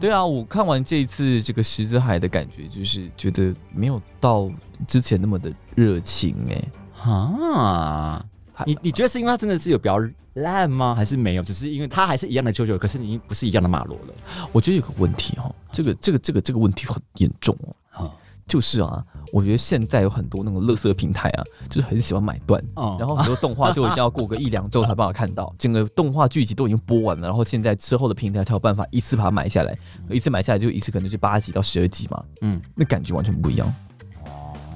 [SPEAKER 2] 对啊，我看完这一次这个石子海的感觉，就是觉得没有到之前那么的热情哎、
[SPEAKER 1] 啊，你你觉得是因为它真的是有比较烂吗？还是没有？只是因为它还是一样的啾啾，可是你已经不是一样的马罗了。
[SPEAKER 2] 我觉得有个问题哦，这个这个这个这个问题很严重哦。
[SPEAKER 1] 啊
[SPEAKER 2] 就是啊，我觉得现在有很多那种垃圾平台啊，就是很喜欢买断，
[SPEAKER 1] 哦
[SPEAKER 2] 嗯然后很多动画就一定要过个一两周才有办法看到，整个动画剧集都已经播完了，然后现在之后的平台才有办法一次把它买下来，一次买下来就一次可能是八集到十二集嘛，
[SPEAKER 1] 嗯，
[SPEAKER 2] 那感觉完全不一样。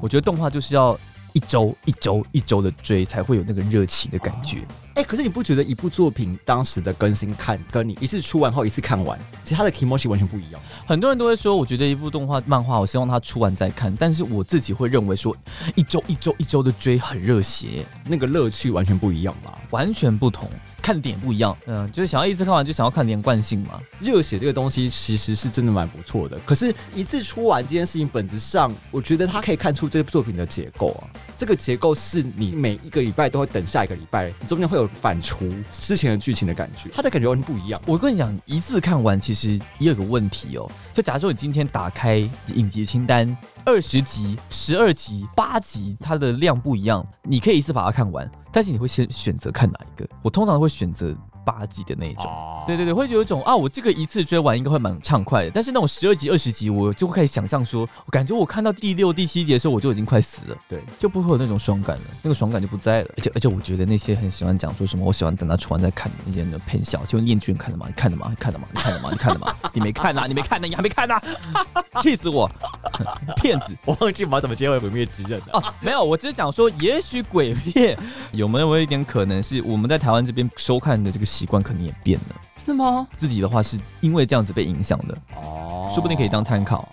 [SPEAKER 2] 我觉得动画就是要一周一周一周的追，才会有那个热情的感觉。
[SPEAKER 1] 哎、可是你不觉得一部作品当时的更新看，跟你一次出完后一次看完，其实它的 e m o j i 完全不一样。
[SPEAKER 2] 很多人都会说，我觉得一部动画漫画，我希望它出完再看。但是我自己会认为说，一周一周一周的追很热血，
[SPEAKER 1] 那个乐趣完全不一样嘛。
[SPEAKER 2] 完全不同，看点不一样。嗯，就是想要一次看完，就想要看连贯性嘛。
[SPEAKER 1] 热血这个东西其实是真的蛮不错的，可是，一次出完这件事情，本质上我觉得它可以看出这部作品的结构啊。这个结构是你每一个礼拜都会等下一个礼拜，你中间会有反刍之前的剧情的感觉，它的感觉完全不一样。
[SPEAKER 2] 我跟你讲，一次看完其实也有个问题哦。就假如说你今天打开影集清单，二十集、十二集、八集，它的量不一样，你可以一次把它看完，但是你会先选择看哪一个？我通常会选择八集的那一种。
[SPEAKER 1] 哦
[SPEAKER 2] 对对对，会有一种啊，我这个一次追完应该会蛮畅快的。但是那种十二集、二十集，我就会开始想象说，我感觉我看到第六、第七集的时候，我就已经快死了，
[SPEAKER 1] 对，
[SPEAKER 2] 就不会有那种爽感了，那个爽感就不在了。而且而且，我觉得那些很喜欢讲说什么，我喜欢等他出完再看的那些人的喷笑，就厌倦看了吗？你看了吗？你看了吗？你看了吗？你看了 吗？你没看呐、啊你没看呐、你还没看呐、 气死我！ 骗子！
[SPEAKER 1] 我忘记我们要怎么结尾《鬼灭之刃》 了。
[SPEAKER 2] 哦，没有，我只是讲说，也许鬼片有没有一点可能是我们在台湾这边收看的这个习惯可能也变了。
[SPEAKER 1] 是吗？
[SPEAKER 2] 自己的话是因为这样子被影响的，
[SPEAKER 1] 哦
[SPEAKER 2] 说不定可以当参考。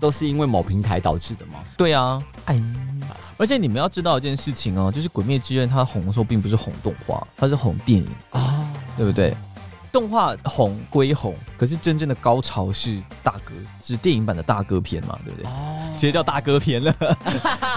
[SPEAKER 1] 都是因为某平台导致的吗？
[SPEAKER 2] 对啊，哎，而且你们要知道一件事情哦，就是《鬼灭之刃》它红的时候并不是红动画，它是红电影，
[SPEAKER 1] 啊，
[SPEAKER 2] 对不对？动画红归红，可是真正的高潮是大哥，是电影版的大哥篇嘛，对不对？
[SPEAKER 1] 哦
[SPEAKER 2] 直，接叫大哥篇了，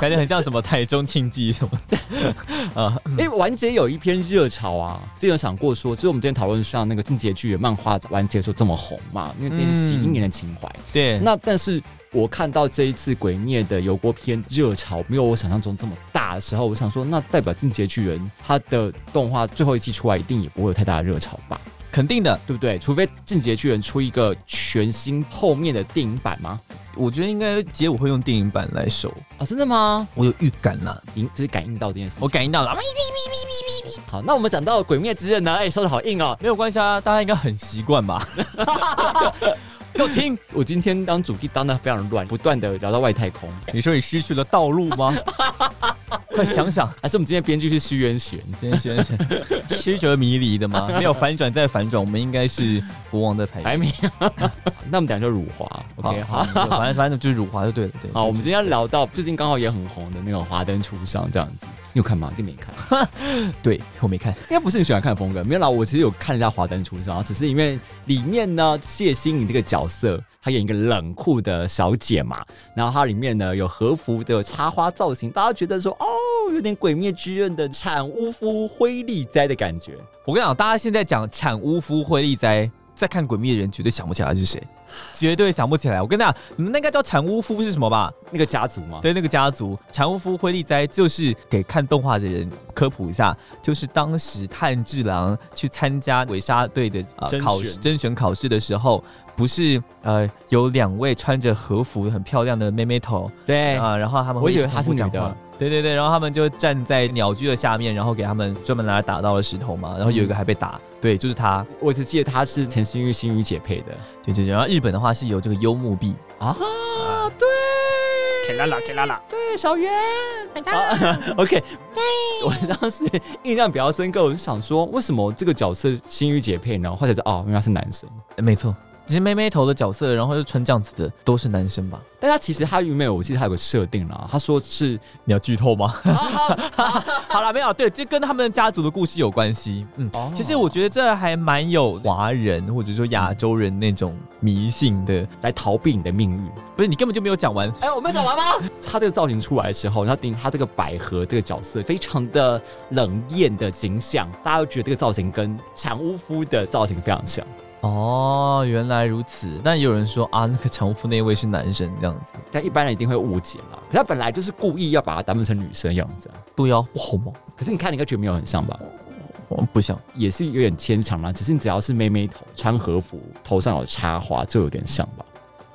[SPEAKER 2] 感觉很像什么台中庆记什么的啊。
[SPEAKER 1] 因为哎完结有一篇热潮啊，之前有想过说，就是我们之前讨论像那个《进击的巨人》漫画完结的时候这么红嘛，因为那是洗一年的情怀。
[SPEAKER 2] 对，
[SPEAKER 1] 那但是我看到这一次《鬼灭》的油锅篇热潮没有我想象中这么大的时候，我想说，那代表《进击的巨人》它的动画最后一季出来一定也不会有太大的热潮吧？
[SPEAKER 2] 肯定的，
[SPEAKER 1] 对不对？除非《进击的巨人》出一个全新后面的电影版吗？
[SPEAKER 2] 我觉得应该结尾会用电影版来收，
[SPEAKER 1] 啊，真的吗？
[SPEAKER 2] 我有预感啦，
[SPEAKER 1] 你就是感应到这件事情。
[SPEAKER 2] 我感应到了。
[SPEAKER 1] 好，那我们讲到《鬼灭之刃》呢，哎、说的好硬哦。
[SPEAKER 2] 没有关系啊，大家应该很习惯吧？给我听，
[SPEAKER 1] 我今天当主题当的非常乱，不断的聊到外太空，
[SPEAKER 2] 你说你失去了道路 吗？快想想，
[SPEAKER 1] 还是我们今天编剧是虚渊玄？
[SPEAKER 2] 今天选选曲折迷离 的吗？没有反转再反转，我们应该是国王的排
[SPEAKER 1] 排名， 那我们讲就辱华，OK，好。
[SPEAKER 2] 好，反正反正就是辱华就对了，对。
[SPEAKER 1] 好，我们
[SPEAKER 2] 就
[SPEAKER 1] 今天要聊到最近刚好也很红的那个《华灯初上》这样子，你有看吗？你没看，
[SPEAKER 2] 对我没看，
[SPEAKER 1] 应该不是你喜欢看的风格。没有啦，我其实有看一下《华灯初上》，只是因为里面呢，谢欣颖这个角色，她演一个冷酷的小姐嘛，然后它里面呢有和服的插花造型，大家觉得说哦，有点《鬼灭之刃》的产屋夫灰利哉的感觉。
[SPEAKER 2] 我跟你讲，大家现在讲产屋夫惠利哉，在看《鬼灭》的人绝对想不起来他是谁，绝对想不起来。我跟你讲，你们那个叫产屋夫是什么吧？
[SPEAKER 1] 那个家族吗？
[SPEAKER 2] 对那个家族，产屋夫灰利哉就是给看动画的人科普一下，就是当时炭治郎去参加尾杀队的呃
[SPEAKER 1] 甄选
[SPEAKER 2] 考试甄选考试的时候，不是呃有两位穿着和服很漂亮的妹妹头啊、
[SPEAKER 1] 对
[SPEAKER 2] 然后他们
[SPEAKER 1] 哎我
[SPEAKER 2] 会
[SPEAKER 1] 以为
[SPEAKER 2] 一起
[SPEAKER 1] 她是
[SPEAKER 2] 同步
[SPEAKER 1] 女
[SPEAKER 2] 讲
[SPEAKER 1] 的
[SPEAKER 2] 话。对对对，然后他们就站在鸟居的下面，然后给他们专门拿来打到了石头嘛，然后有
[SPEAKER 1] 嗯
[SPEAKER 2] 一个还被打，对，就是他，
[SPEAKER 1] 我只记得她是陈星玉、星玉姐配的
[SPEAKER 2] 对对对，然后日本的话是有这个幽木碧，
[SPEAKER 1] 啊，对，
[SPEAKER 3] k i l a l a k i l a l a
[SPEAKER 1] 对，小圆。啊 OK，我当时印象比较深刻，我就想说，为什么这个角色星玉姐配呢？或者是哦，因为他是男生，
[SPEAKER 2] 呃没错，其实妹妹头的角色，然后又穿这样子的都是男生吧？
[SPEAKER 1] 但他其实他原本我记得他有个设定啦，他说是
[SPEAKER 2] 你要剧透吗？ 好了，没有，对，这跟他们家族的故事有关系。嗯，
[SPEAKER 1] 哦
[SPEAKER 2] 其实我觉得这还蛮有华人或者说亚洲人那种迷信的，
[SPEAKER 1] 来逃避你的命运。
[SPEAKER 2] 不是你根本就没有讲完。
[SPEAKER 1] 哎、我们讲完吗？他这个造型出来的时候，然后顶他这个百合这个角色非常的冷艳的形象，大家都觉得这个造型跟产屋夫的造型非常像。
[SPEAKER 2] 哦，原来如此。但也有人说啊，那个长夫那位是男生这样子。
[SPEAKER 1] 但一般人一定会误解啦。可他本来就是故意要把它打扮成女生的样子啊。
[SPEAKER 2] 对哦，我好吗？
[SPEAKER 1] 可是你看，你应该觉得没有很像吧？
[SPEAKER 2] 我不想。
[SPEAKER 1] 也是有点牵强啦。只是你只要是妹妹头穿和服，头上有插花，就有点像吧？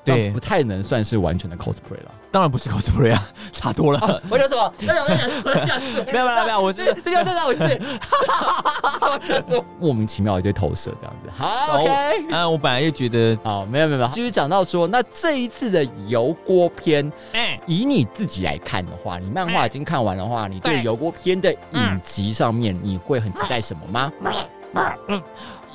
[SPEAKER 2] 对
[SPEAKER 1] 但不太能算是完全的 cosplay 了。
[SPEAKER 2] 当然不是 cosplay 啊，差多了。
[SPEAKER 1] 我讲什么？我讲我讲什么？
[SPEAKER 2] 没有没有没有，我是
[SPEAKER 1] 哦这就 这回事，我讲什么？莫名其妙一堆投射这样子。好，OK。
[SPEAKER 2] 啊，我本来就觉得，
[SPEAKER 1] 好，没有没有没有，继续讲到说，那这一次的油锅篇，
[SPEAKER 2] 哎，
[SPEAKER 1] 以你自己来看的话，你漫画已经看完的话，你对
[SPEAKER 3] 对
[SPEAKER 1] 油锅篇的
[SPEAKER 2] 嗯
[SPEAKER 1] 影集上面，你会很期待什么吗？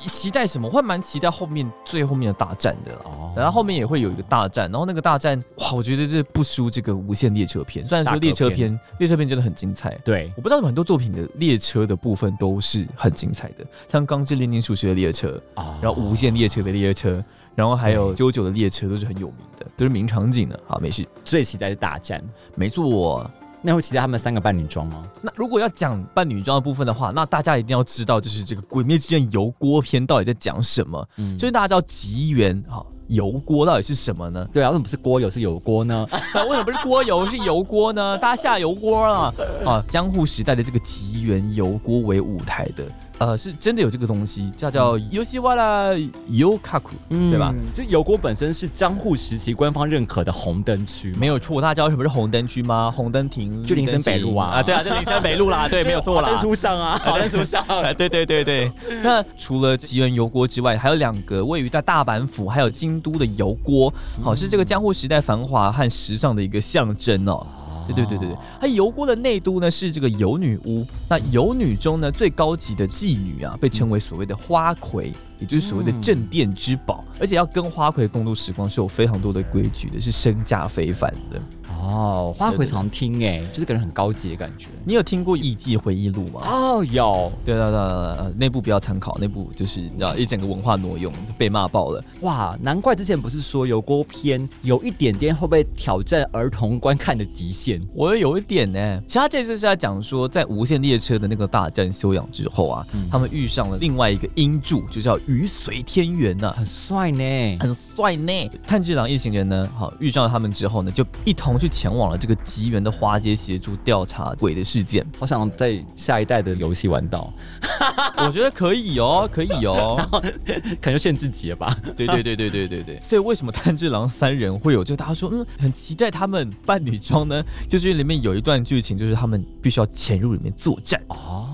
[SPEAKER 2] 期待什么？我会蛮期待后面最后面的大战的啦。
[SPEAKER 1] 哦
[SPEAKER 2] 然后后面也会有一个大战，然后那个大战，哇，我觉得这不输这个无限列车篇。虽然
[SPEAKER 1] 大
[SPEAKER 2] 说
[SPEAKER 1] 客
[SPEAKER 2] 列车
[SPEAKER 1] 篇
[SPEAKER 2] 篇，列车篇真的很精彩。
[SPEAKER 1] 对，
[SPEAKER 2] 我不知道你们很多作品的列车的部分都是很精彩的，像《钢之炼金术师》的列车，
[SPEAKER 1] 啊
[SPEAKER 2] 然后《无限列车》的列车，然后还有《啾啾》的列车都是很有名的，都是名场景的。好，没事，
[SPEAKER 1] 最期待是大战。
[SPEAKER 2] 没错。
[SPEAKER 1] 那会期待他们三个扮女装吗？
[SPEAKER 2] 那如果要讲扮女装的部分的话，那大家一定要知道，就是这个《鬼灭之刃》油锅篇到底在讲什么？
[SPEAKER 1] 嗯，
[SPEAKER 2] 就是大家知道吉原哈油锅到底是 什么呢？
[SPEAKER 1] 对啊，为什么不是锅油是油锅呢？
[SPEAKER 2] 那为什么不是锅油是油锅呢？大家下油锅了啊！江户时代的这个吉原油锅为舞台的，呃，是真的有这个东西，叫叫 y o s h i w a r a Yokaku，、对
[SPEAKER 1] 嗯
[SPEAKER 2] 吧？？
[SPEAKER 1] 就油锅本身是江户时期官方认可的红灯区，
[SPEAKER 2] 没有错，大家知道什么是红灯区吗？红灯停
[SPEAKER 1] 就林森北路啊
[SPEAKER 2] 啊，对啊，就林森北路啦，对，没有 错啦
[SPEAKER 1] 华。灯初上啊，华灯初上。
[SPEAKER 2] 啊，对对对对。那除了吉原油锅之外，还有两个位于在大阪府还有京都的油锅，好、是这个江户时代繁华和时尚的一个象征哦。对对对对对，它油锅的内都呢是这个油女屋，那油女中呢最高级的妓女啊，被称为所谓的花魁，也就是所谓的镇店之宝，而且要跟花魁共度时光是有非常多的规矩的，是身价非凡的。
[SPEAKER 1] 哦，花魁常听哎，就是给人很高级的感觉。
[SPEAKER 2] 你有听过《艺伎回忆录》吗？
[SPEAKER 1] 哦，有
[SPEAKER 2] 对对对对对，呃内部不要参考，内部就是你知道一整个文化挪用，被骂爆了。
[SPEAKER 1] 哇，难怪之前不是说油锅片有一点点会不会挑战儿童观看的极限？
[SPEAKER 2] 我有一点呢、其实他这次是在讲说，在无限列车的那个大战休养之后啊，他们遇上了另外一个英柱，就叫鱼随天元呐、
[SPEAKER 1] 很帅呢，
[SPEAKER 2] 很帅呢。炭治郎一行人呢，好遇上了他们之后呢，就一同去前往了这个吉原的花街，协助调查鬼的事件。
[SPEAKER 1] 好想在下一代的游戏玩到，
[SPEAKER 2] 我觉得可以哦，可以哦。
[SPEAKER 1] 可能就限制级了吧？
[SPEAKER 2] 对对对对对对对。所以为什么炭治郎三人会有就大家说嗯很期待他们扮女装呢？就是因为里面有一段剧情，就是他们必须要潜入里面作战。
[SPEAKER 1] 哦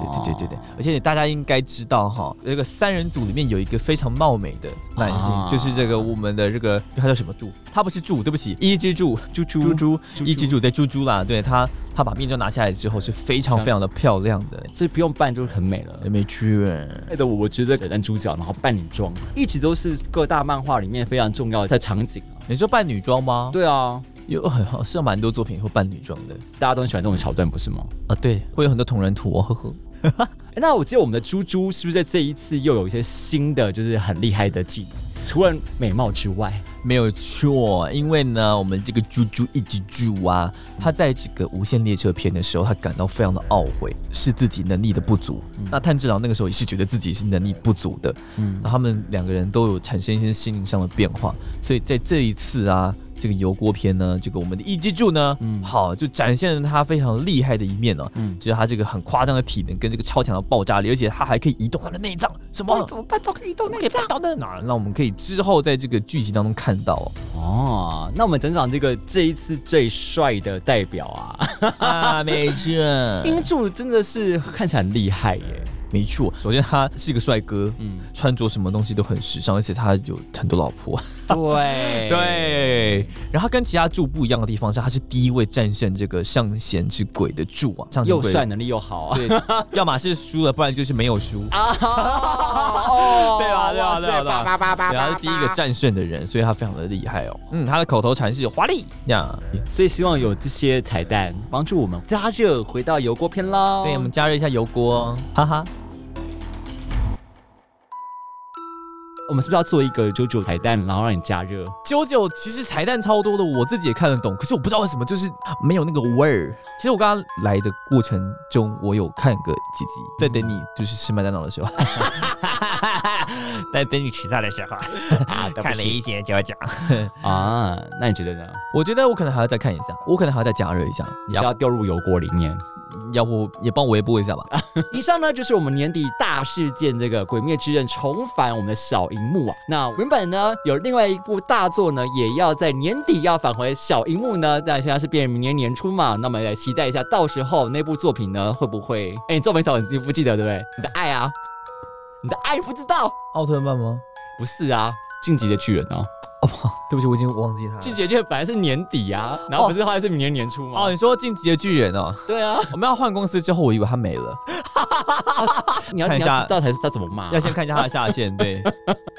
[SPEAKER 2] 对对对对对，而且大家应该知道哈，这个三人组里面有一个非常貌美的男性，
[SPEAKER 1] 啊
[SPEAKER 2] 就是这个我们的这个他叫什么柱？他不是柱，对不起， 一之柱，猪猪
[SPEAKER 1] 猪
[SPEAKER 2] 猪
[SPEAKER 1] 猪
[SPEAKER 2] 一之柱，对猪猪啦，对他他把面罩拿下来之后是非常非常的漂亮的，
[SPEAKER 1] 所以不用扮就是很美了。
[SPEAKER 2] 没去
[SPEAKER 1] 爱的我，我觉得男主角然后扮女装，一直都是各大漫画里面非常重要的场景啊。
[SPEAKER 2] 你说扮女装吗？
[SPEAKER 1] 对啊，
[SPEAKER 2] 有 很好是有蛮多作品会扮女装的
[SPEAKER 1] 大家都很喜欢这种桥段，不是吗？
[SPEAKER 2] 啊，对，会有很多同人图哦，呵呵。
[SPEAKER 1] 诶哎那我记得我们的猪猪是不是在这一次又有一些新的，就是很厉害的技能？除了美貌之外，
[SPEAKER 2] 没有错，因为呢，我们这个猪猪一只猪啊，他在这个无限列车篇的时候，他感到非常的懊悔，是自己能力的不足。那炭治郎那个时候也是觉得自己是能力不足的，
[SPEAKER 1] 嗯
[SPEAKER 2] 嗯，那他们两个人都有产生一些心灵上的变化，所以在这一次啊。这个油锅篇呢，这个我们的一之柱呢，
[SPEAKER 1] 嗯
[SPEAKER 2] 好就展现了他非常厉害的一面哦，
[SPEAKER 1] 嗯
[SPEAKER 2] 就是他这个很夸张的体能跟这个超强的爆炸力，而且他还可以移动他的内脏，什么
[SPEAKER 3] 怎么办？都可以动
[SPEAKER 2] 可以搬到那哪儿？那我们可以之后在这个剧集当中看到、哦。
[SPEAKER 1] 哦，那我们整场这个这一次最帅的代表啊，
[SPEAKER 2] 啊，没错，
[SPEAKER 1] 英柱真的是看起来很厉害耶。
[SPEAKER 2] 没错。首先他是一个帅哥，嗯，穿着什么东西都很时尚，而且他有很多老婆。
[SPEAKER 1] 对
[SPEAKER 2] 对，然后他跟其他柱不一样的地方是，他是第一位战胜这个上弦之鬼的柱啊，上弦
[SPEAKER 1] 又
[SPEAKER 2] 鬼
[SPEAKER 1] 帅，能力又好啊。
[SPEAKER 2] 对，要么是输了，不然就是没有输。
[SPEAKER 1] 哦
[SPEAKER 2] 对吧？对吧？
[SPEAKER 1] 哇塞
[SPEAKER 2] 对吧？对吧？
[SPEAKER 3] 叭叭叭
[SPEAKER 2] 然后他
[SPEAKER 3] 叭
[SPEAKER 2] 是第一个
[SPEAKER 3] 叭。
[SPEAKER 2] 战胜的人，所以他非常的厉害哦。嗯，他的口头禅是华丽呀。
[SPEAKER 1] 所以希望有这些彩蛋帮助我们加热，回到油锅篇喽。
[SPEAKER 2] 对，我们加热一下油锅，哈哈。
[SPEAKER 1] 我们是不是要做一个九九彩蛋，然后让你加热？
[SPEAKER 2] 九九其实彩蛋超多的，我自己也看得懂，可是我不知道为什么就是没有那个味儿。其实我刚刚来的过程中，我有看个几集，在等你就是吃麦当劳的时候， 在等你迟到 的时候，看了一些九九。
[SPEAKER 1] 啊，那你觉得呢？
[SPEAKER 2] 我觉得我可能还要再看一下，我可能还要再加热一下，
[SPEAKER 1] 你是要掉入油锅里面？
[SPEAKER 2] 要不也帮我微波一下吧？
[SPEAKER 1] 以上呢就是我们年底大事件这个《鬼灭之刃》重返我们的小荧幕啊。那原本呢有另外一部大作呢，也要在年底要返回小荧幕呢，但现在是变明年年初嘛，那么来期待一下，到时候那部作品呢会不会？哎，你皱眉头，你不记得对不对？你的爱啊，你的爱不知道，
[SPEAKER 2] 奥特曼吗？
[SPEAKER 1] 不是啊。晋级的巨人啊，
[SPEAKER 2] 对不起，我已经忘记他了
[SPEAKER 1] 晋级的巨人本来是年底啊，然后不是后来是明年年初吗？
[SPEAKER 2] 哦，你说《进击的巨人》哦，
[SPEAKER 1] 对啊，
[SPEAKER 2] 我们要换公司之后，我以为他没了，
[SPEAKER 1] 你要
[SPEAKER 2] 看
[SPEAKER 1] 你
[SPEAKER 2] 一下
[SPEAKER 1] 要知道才知道怎么骂、
[SPEAKER 2] 要先看一下他的下线。 对，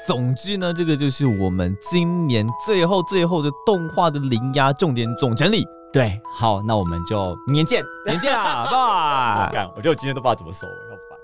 [SPEAKER 2] 总之呢，这个就是我们今年最后最后的动画的零压重点总整 理，
[SPEAKER 1] 对，好，那我们就明年见。啊
[SPEAKER 2] 再见啦，拜拜。
[SPEAKER 1] 干，我觉得我今天都不知道怎么收尾，要烦。